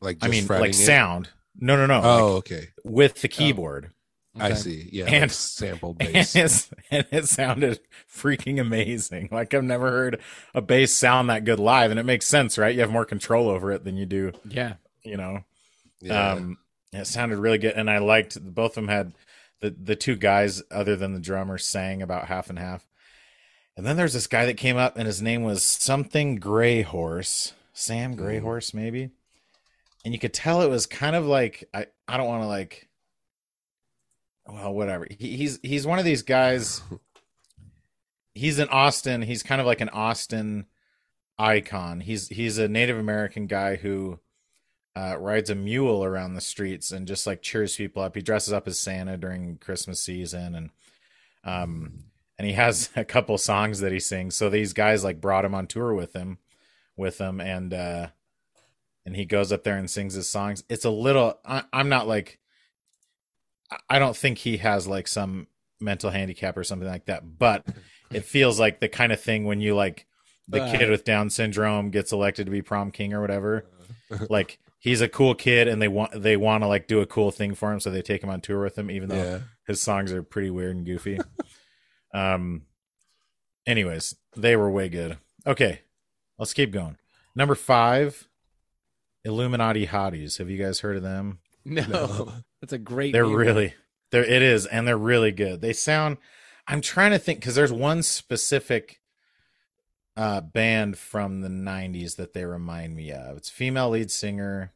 Like
I
just
mean,
fretting
like
it?
sound. No, no, no.
Oh,
like,
okay.
with the keyboard. [laughs]
I
Okay.
see. Yeah,
And-
like
[laughs]
sampled
And,
bass.
it's- and it sounded freaking amazing. [laughs] Like I've never heard a bass sound that good live, and it makes sense, right? You have more control over it than you do,
Yeah.
you know.
Yeah.
Um, it sounded really good, and I liked both of them had the the two guys other than the drummer sang about half and half. And then there's this guy that came up, and his name was something Gray Horse, Sam Gray
Mm.
Horse, maybe. And you could tell it was kind of like I I don't want to like. Well, whatever. He, he's he's one of these guys. He's in Austin. He's kind of like an Austin icon. He's he's a Native American guy who uh, rides a mule around the streets and just like cheers people up. He dresses up as Santa during Christmas season, and um, and he has [laughs] a couple songs that he sings. So these guys like brought him on tour with him, with him, and uh, and he goes up there and sings his songs. It's a little. I, I'm not like. I- I don't think he has like some mental handicap or something like that, but it feels like the kind of thing when you like the
Uh.
kid with Down syndrome gets elected to be prom king or
Uh,
whatever like he's a cool kid and they want they want to like do a cool thing for him so they take him on tour with him even though
yeah.
his songs are pretty weird and goofy [laughs] um anyways they were way good okay let's keep going number five illuminati hotties have you guys heard of them
[laughs] No.
No. [laughs]
That's a great
they're
name.
really they're it is and they're really good they sound i'm trying to think because there's one specific uh band from the 90s that they remind me of it's female lead singer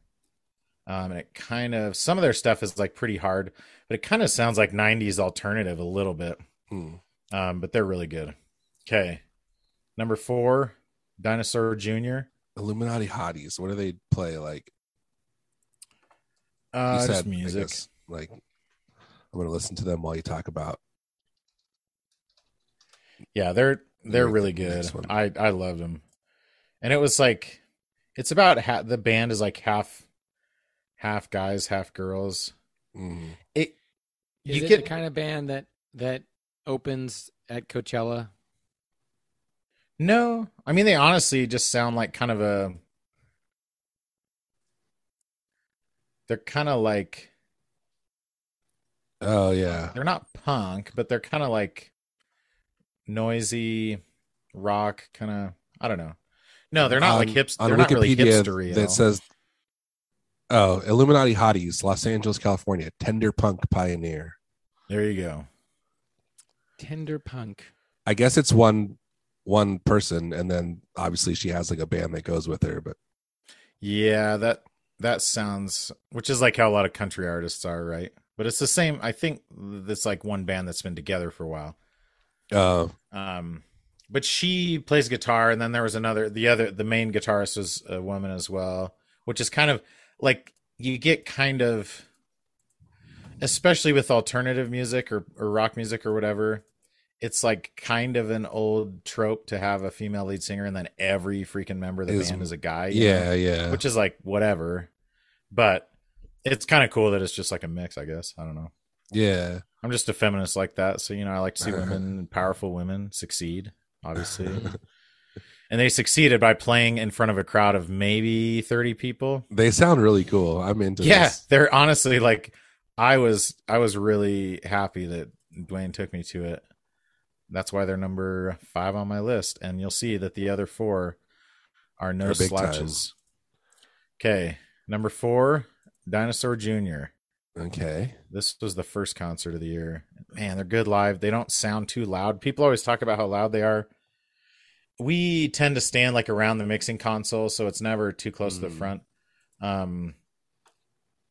um and it kind of some of their stuff is like pretty hard but it kind of sounds like 90s alternative a little bit
Hmm.
um but they're really good okay number four dinosaur junior
Illuminati hotties. What do they play? Like you
uh
said,
just
I
music
guess, like I'm gonna listen to them while you talk about.
Yeah, they're they're
Like
really
the
good.
next one.
I I loved them, and it was like, it's about ha- the band is like half, half guys, half girls.
Hmm.
It
Is
you
it
get
the kind of band that that opens at Coachella?
no. I mean, they honestly just sound like kind of a. They're kind of like
Oh yeah.
they're not punk, but they're kind of like noisy rock kind of. I don't know. No, they're not like
On-
hips.
Um, on
They're not really
Wikipedia,
hipstery. at
That
all.
says, "Oh, Illuminati hotties, Los Angeles, California, tender punk pioneer."
there you go.
Tender punk.
I guess it's one one person, and then obviously she has like a band that goes with her. But
Yeah, that that sounds which is like how a lot of country artists are, right? But it's the same. I think it's like one band that's been together for a while.
uh,
Um, but she plays guitar, and then there was another. The other, the main guitarist was a woman as well, which is kind of like you get kind of, especially with alternative music or or rock music or whatever. It's like kind of an old trope to have a female lead singer, and then every freaking member of the
Is-
band is a guy. you know?
yeah, yeah,
which is like whatever. But it's kind of cool that it's just like a mix, I guess. I don't know.
yeah.
I'm just a feminist like that, so you know, I like to see
Uh-huh.
women, powerful women, succeed. Obviously, and they succeeded by playing in front of a crowd of maybe 30 people.
They sound really cool. I'm into.
Yeah,
this.
they're honestly like, I was, I was really happy that Dwayne took me to it. That's why they're number five on my list, and you'll see that the other four are no
They're big time.
slouches. Okay, number four, Dinosaur Jr.
Okay.
This was the first concert of the year. Man, they're good live. They don't sound too loud. People always talk about how loud they are. We tend to stand like around the mixing console, so it's never too close to the
Mm.
front. Um,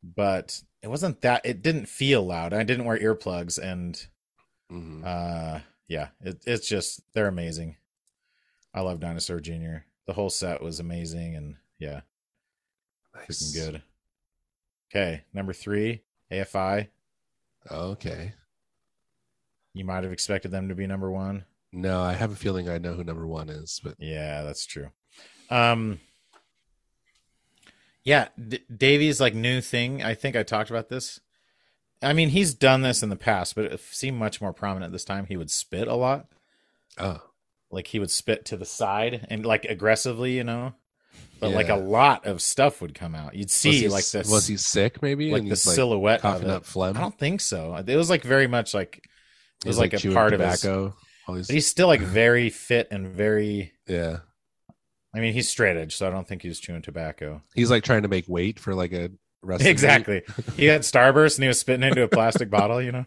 but it wasn't that it didn't feel loud. I didn't wear earplugs and
Mhm.
uh yeah, it, it's just they're amazing. I love Dinosaur Jr. The whole set was amazing and yeah,
Nice.
freaking Oh, good. Okay, number 3, AFI.
Okay.
You might have expected them to be number 1.
No, I have a feeling I know who number one is, but
Yeah, that's true. Um, yeah, D- Davy's like new thing. I think I talked about this. I mean, he's done this in the past, but it seemed much more prominent this time. He would spit a lot.
oh,
Like he would spit to the side and like aggressively, you know. But like
Yeah.
a lot of stuff would come out. You'd
was
see
he,
like
s-
this
was he sick? Maybe
like
and
the
he's, like,
silhouette of
coughing
it.
up phlegm.
I don't think so. It was like very much like it
He's,
was like, a
chewing
part of his.
tobacco. All these-
But he's still like
[clears throat]
very fit and very.
yeah,
I mean, he's straight edge, so I don't think he was chewing tobacco.
he's like trying to make weight for like a
[laughs]
wrestling meet.
Exactly. he had Starburst and he was spitting into a plastic bottle, you know.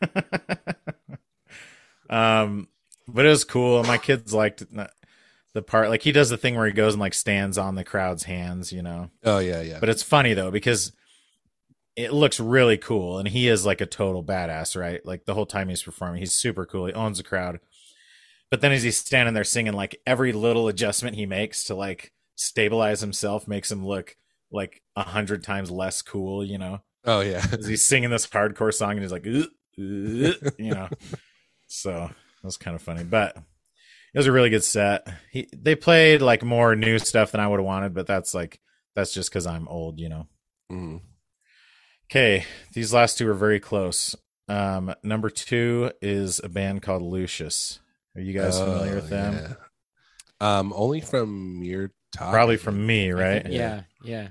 [laughs] um, but it was cool. My kids liked n- the part. Like he does the thing where he goes and like stands on the crowd's hands, you know.
Oh yeah, yeah.
But it's funny though because it looks really cool, and he is like a total badass, right? Like the whole time he's performing, he's super cool. He owns the crowd. But then as he's standing there singing, like every little adjustment he makes to like stabilize himself makes him look like a hundred times less cool, you know?
oh
[laughs]
yeah. [laughs]
'Cause he's singing this hardcore song and he's like, "Ugh, ugh," you know. so that was kind of funny, but it was a really good set. He, they played like more new stuff than I would have wanted, but that's like that's just because I'm old, you know.
Mm.
Okay, these last two are very close. Um, number two is a band called Lucius. Are you guys familiar
Oh,
with them?
yeah. Um, only from your top, [laughs]
Probably from me,
I
right?
think- yeah, yeah.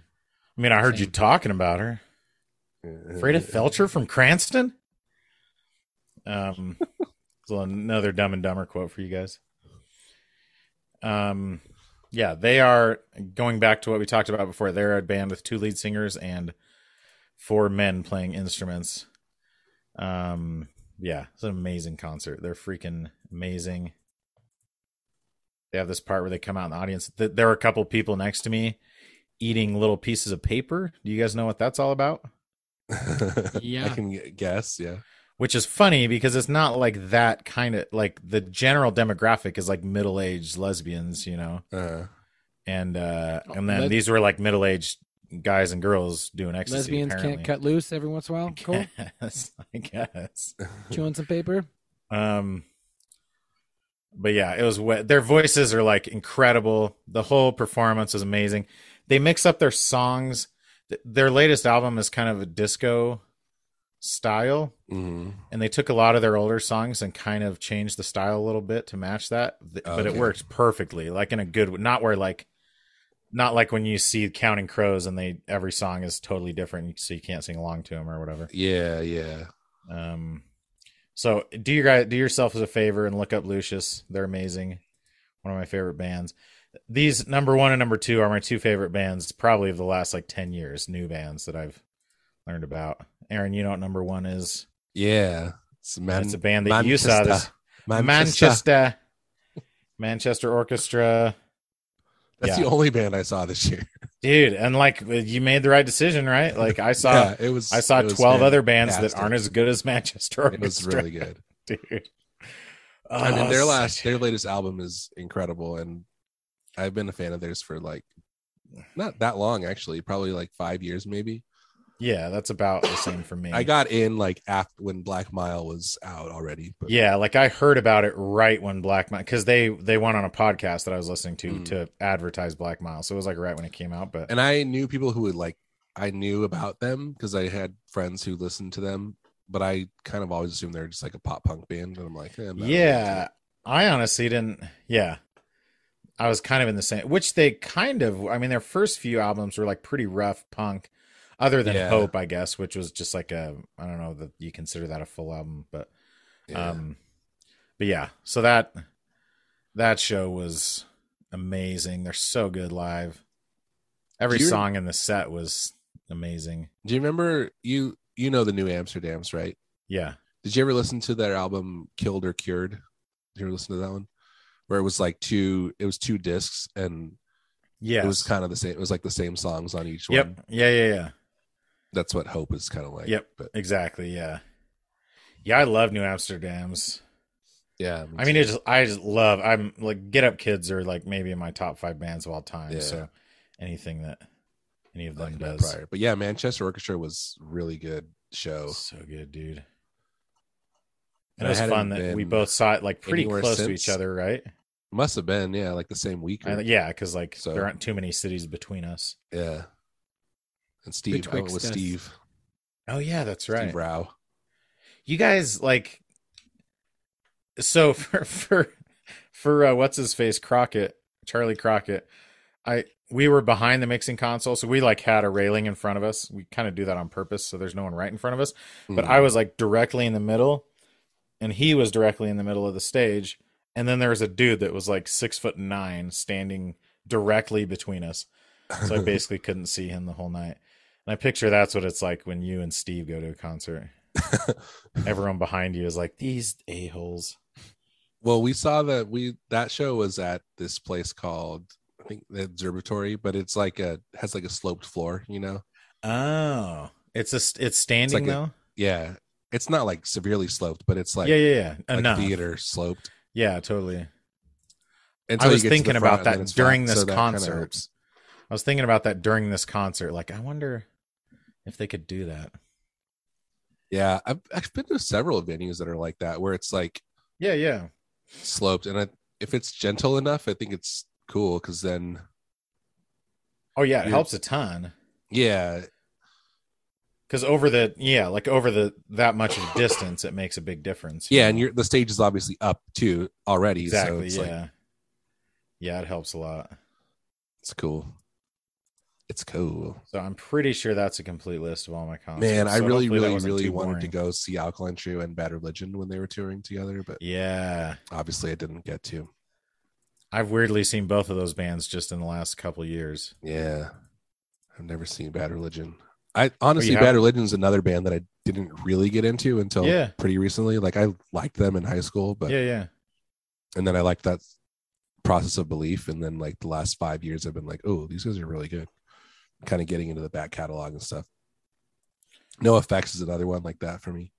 I mean, I heard you
Same.
talking about her. Freda Felcher from Cranston. Um, so another Dumb and Dumber quote for you guys. Um, yeah, they are going back to what we talked about before. They're a band with two lead singers and four men playing instruments. Um, yeah, it's an amazing concert. They're freaking amazing. They have this part where they come out in the audience. Th- There were a couple people next to me eating little pieces of paper. Do you guys know what that's all about?
yeah, [laughs] I
Yeah.
can g- guess. Yeah.
which is funny because it's not like that kind of like the general demographic is like middle-aged lesbians you know
Uh,
and uh
Oh,
and then
les-
these were like middle-aged guys and girls doing ecstasy
Lesbians
apparently. [laughs]
can't cut loose every once in a while. Cool.
I guess, I guess.
Chewing some paper.
Um, but yeah, it was wet. Their voices are like incredible. The whole performance is amazing. They mix up their songs. Th- Their latest album is kind of a disco style,
mhm.
and they took a lot of their older songs and kind of changed the style a little bit to match that Th- but it
Okay.
worked perfectly like in a good not where like not like when you see counting crows and they every song is totally different so you can't sing along to them or whatever
Yeah, yeah.
um so do you guys do yourself as a favor and look up lucius they're amazing one of my favorite bands these number one and number two are my two favorite bands probably of the last like 10 years new bands that i've learned about aaron you know what number one is
Yeah. It's, Man-
it's a band that you saw
Manchester.
this
Manchester.
Manchester. Manchester Orchestra.
That's
Yeah.
the only band I saw this year.
Dude, and like you made the right decision, right? Like I
[laughs]
saw
yeah, it was.
I saw
it was
12 other bands
fantastic.
that aren't as good as Manchester
It was
Orchestra.
really good.
Dude.
I mean,
Oh,
their
such-
last, their latest album is incredible, and I've been a fan of theirs for like not that long, actually, probably like five years, maybe.
Yeah, that's about the same for me.
I got in like after when Black Mile was out already. But
Yeah, like I heard about it right when Black Mile cuz they they went on a podcast that I was listening to
Mm.
to advertise Black Mile. So it was like right when it came out, but
and I knew people who would like I knew about them because I had friends who listened to them, but I kind of always assumed they're just like a pop punk band, and I'm like, eh, I'm not really into
yeah i honestly didn't yeah i was kind of in the same which they kind of i mean their first few albums were like pretty rough punk other than
Yeah.
hope i guess which was just like a i don't know that you consider that a full album but
it. Yeah.
um but yeah so that that show was amazing they're so good live every
Do you-
song in the set was amazing
Do you remember you you know the New Amsterdam's right?
yeah
Did you ever listen to their album Killed or Cured? Did you ever listen to that one? Where it was like two, it was two discs, and
yeah
it was kind of the same. It was like the same songs on each one.
yep yeah yeah yeah
That's what hope is kind of like.
Yep.
But
Exactly. Yeah. Yeah, I love New Amsterdam's.
yeah,
I mean, it just I just love. I'm like Get Up Kids are like maybe in my top five bands of all time.
Yeah.
So anything that any of
I
them
like Matt
does,
Pryor. But yeah, Manchester Orchestra was really good show.
so good, dude.
And
And
I
it was
hadn't
fun that we
been
both saw it like pretty
anywhere
close to
since.
each other, right?
Must have been yeah, like the same week. Or,
And, yeah, because like
So-
there aren't too many cities between us.
yeah. And Steve, I went
Betwixt
with
us.
Steve,
Oh yeah, that's
Steve
right.
Rao.
You guys like so [laughs] for for for uh, what's his face Crockett, Charlie Crockett. I we were behind the mixing console, so we like had a railing in front of us. We kind of do that on purpose, so there's no one right in front of us. but
Mm. [laughs]
I was like directly in the middle, and he was directly in the middle of the stage. And then there was a dude that was like six foot nine standing directly between us,
[laughs]
so I basically couldn't see him the whole night. And I picture that's what it's like when you and Steve go to a
[laughs]
concert. Everyone behind you is like these a holes.
Well, we saw that we that show was at this place called I think the observatory, but it's like a has like a sloped floor, you know.
Oh, it's a st- it's standing
a-
though.
Yeah, it's not like severely sloped, but it's like
yeah, yeah, yeah.
like
Enough.
theater sloped.
Yeah, totally.
And
I
you
was
get to the
thinking
front
about
and then
that
it's
during
flat,
this
that kinda
concert.
helps.
I was thinking about that during this concert. Like, I wonder if they could do that.
Yeah, I've, I've been to several venues that are like that where it's like
Yeah, yeah.
sloped, and I, if it's gentle enough, I think it's cool because then
Oh yeah, it
You're-
helps a ton.
yeah,
Because over the yeah, like over the that much of distance, it makes a big difference. you
yeah, and
know?
you're the stage is obviously up too already, so
exactly
it's like
yeah, yeah, it helps a lot.
it's cool. It's cool.
So I'm pretty sure that's a complete list of all my concerts.
Man, I
So
really,
hopefully that
really,
wasn't
really
too
wanted to
boring.
go see Alkaline Trio and Bad Religion when they were touring together, but
Yeah,
obviously I didn't get to.
I've weirdly seen both of those bands just in the last couple years.
Yeah. I've never seen Bad Religion. I honestly, Bad
haven't?
Religion is another band that I didn't really get into until
Yeah.
pretty recently. Like I liked them in high school, but
yeah, yeah,
and then I liked that process of belief. And then like the last five years, I've been like, oh, these guys are really good. Kind of getting into the back catalog and stuff. No effects is another one like that for me.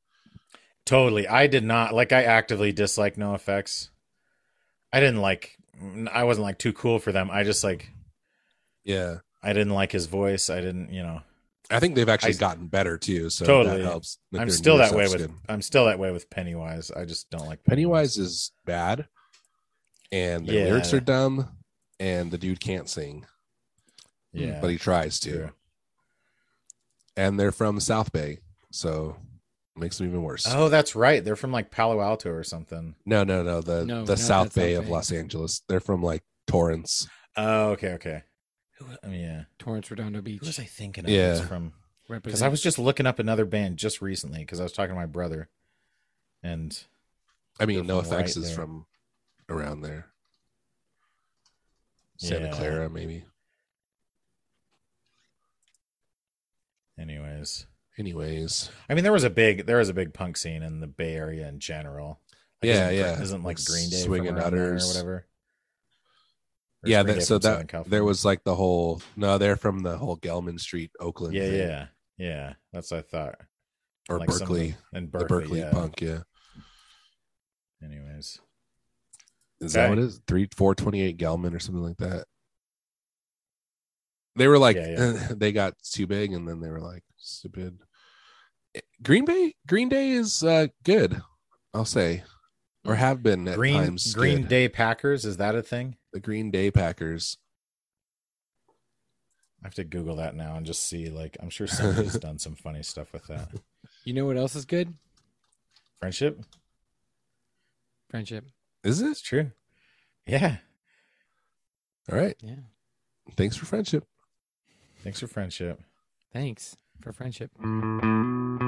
totally. I did not like. I actively dislike No Effects. I didn't like. I wasn't like too cool for them. I just like.
Yeah.
I didn't like his voice. I didn't, you know.
I think they've actually
I-
gotten better too, so
Totally.
that helps. that
I'm
their
still
newer
that way
stuff's
with
good.
I'm still that way with Pennywise. I just don't like
Pennywise is bad, and the
Yeah.
lyrics are dumb, and the dude can't sing,
Yeah,
but he tries to.
true.
And they're from South Bay, so it makes them even worse.
Oh, that's right. They're from like Palo Alto or something.
No, no, no. The
No,
the South
not that South
Bay of
Bay.
Los Angeles. They're from like Torrance.
Oh, okay, okay. Who, I mean, yeah.
Torrance Redondo Beach.
Who was I thinking of?
Yeah.
It's from because I
represent-
was just looking up another band just recently because I was talking to my brother, and
I mean,
They're
No
from right
Effects is
there.
from around there. Santa
Yeah.
Clara, maybe.
anyways,
Anyways,
I mean, there was a big there was a big punk scene in the Bay Area in general. Like,
Yeah,
isn't,
yeah.
Isn't like
Like
Green Day
Swing
swinging
and
utters
Utters.
or whatever? Or is
yeah.
Green
That,
Day
so
from
that
Southern
there
California?
was like the whole no, they're from the whole Gelman Street, Oakland.
yeah,
thing.
yeah, yeah. That's what I thought.
or
Like some of
Berkeley,
the- and
the
Berkeley,
Berkeley
yeah.
punk. Yeah,
Anyways,
is that what
Okay.
it is? Three, four, twenty-eight Gelman or something like that. They were like,
Yeah, yeah.
[laughs] they got too big, and then they were like, stupid. Eh, Green Bay, Green Day is uh, good, I'll say, or have been at
Mm. Green
times.
Green
good.
Day Packers is that a thing?
the Green Day Packers.
I have to Google that now and just see. Like, I'm
[laughs]
sure somebody's done some funny stuff with that.
you know what else is good?
Friendship,
Friendship.
Is
it's
it
true. Yeah,
all right?
Yeah.
Thanks for friendship.
thanks for friendship.
Thanks for friendship.
Mm.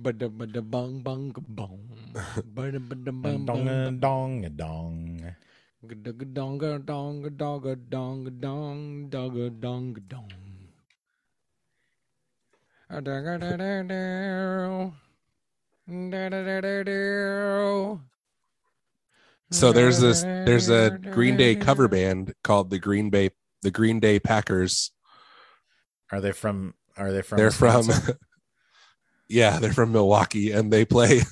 Bada bada bong bong ga bong.
[laughs]
Bada bada bong bong.
Dong a dong a dong.
Ga ga dong ga dong ga dong ga dong ga dong dong ga dong ga dong. Ah, da ga da da da. Da da da da da.
So there's this there's a Green Day cover band called the Green Bay the Green Day Packers.
Are they from? Are they from?
They're from [laughs]
Wisconsin?
Yeah, they're from Milwaukee and they play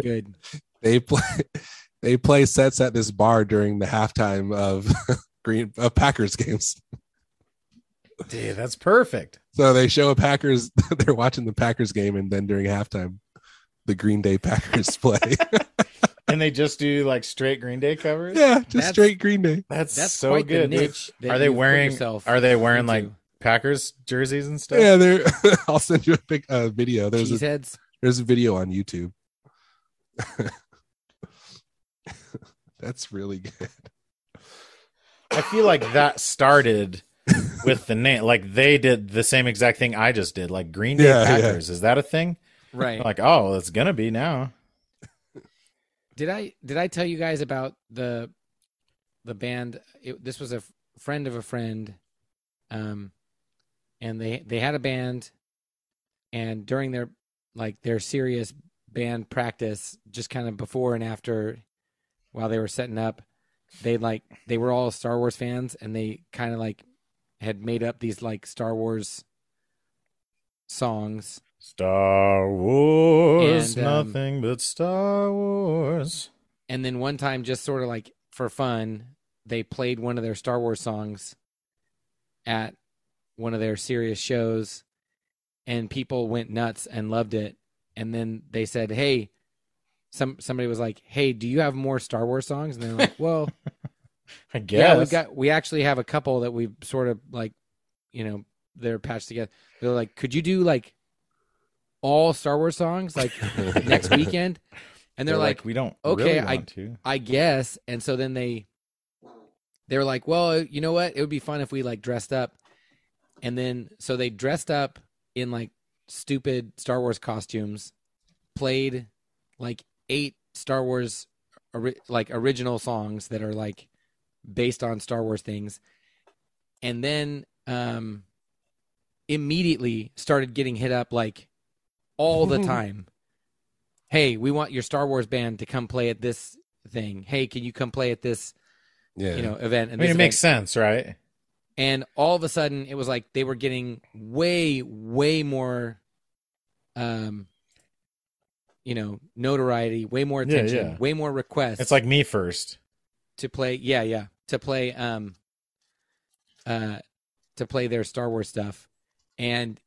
Good.
they play they play sets at this bar during the halftime of [laughs] Green of Packers games.
Dude, that's perfect.
So they show a Packers [laughs] they're watching the Packers game and then during halftime the Green Day Packers [laughs] play.
And they just do like straight Green Day covers.
yeah, just
That's-
straight Green Day.
that's,
That's
so
quite
good.
the
dude.
niche. that
Are they
you've put
wearing-
yourself
Are they wearing like
into.
Packers jerseys and stuff?
Yeah, they're [laughs] I'll send you a big uh, video. There's a [laughs]
cheeseheads?
There's a video on YouTube. [laughs] That's really good.
I feel like
[laughs]
that started with the name. Like they did the same exact thing I just did. Like Green Day
Yeah, yeah.
Packers. Is that a thing?
Right.
Like, oh, it's gonna be now.
Did I did I tell you guys about the the band? It, this was a f- friend of a friend, um, and they they had a band, and during their like their serious band practice, just kind of before and after, while they were setting up, they like they were all Star Wars fans, and they kind of like had made up these like Star Wars songs,
Star Wars,
And, um,
nothing but Star Wars.
and then one time just sort of like for fun they played one of their star wars songs at one of their serious shows and people went nuts and loved it and then they said hey some somebody was like hey do you have more star wars songs and they're like [laughs] well
I guess.
yeah we got we actually have a couple that we've sort of like you know they're patched together they're like could you do like all star wars songs like [laughs] next weekend and they're, like
we don't.
okay,
really
I-
want to.
I guess. And so then they they were like, well, you know what? It would be fun if we like dressed up. And then so they dressed up in like stupid Star Wars costumes, played like eight Star Wars ori- like original songs that are like based on Star Wars things. And then um immediately started getting hit up like all
[laughs]
the time. hey, we want your Star Wars band to come play at this thing. Hey, can you come play at this,
[laughs] Yeah.
you know, event?
I
And
mean,
this
it makes
event?
sense, right?
and all of a sudden it was like they were getting way way more um you know notoriety way more
Yeah,
attention
yeah.
way more requests
It's like me first.
to play yeah yeah to play um uh to play their star wars stuff and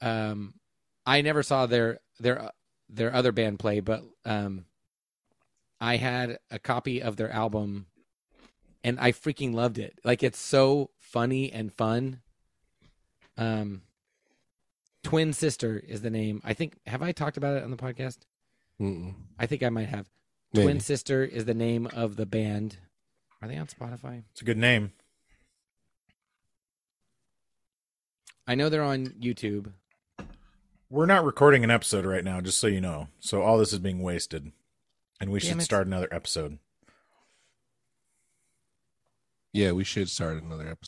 um i never saw their their uh, their other band play but um i had a copy of their album and i freaking loved it like it's so funny and fun um twin sister is the name i think have i talked about it on the podcast
Mm-mm.
i think i might have
Maybe.
Twin Sister is the name of the band. Are they on Spotify?
It's a good name.
I know they're on YouTube.
We're not recording an episode right now, just so you know. So all this is being wasted, and we
Damn
should
it.
start another episode.
Yeah, we should start another episode.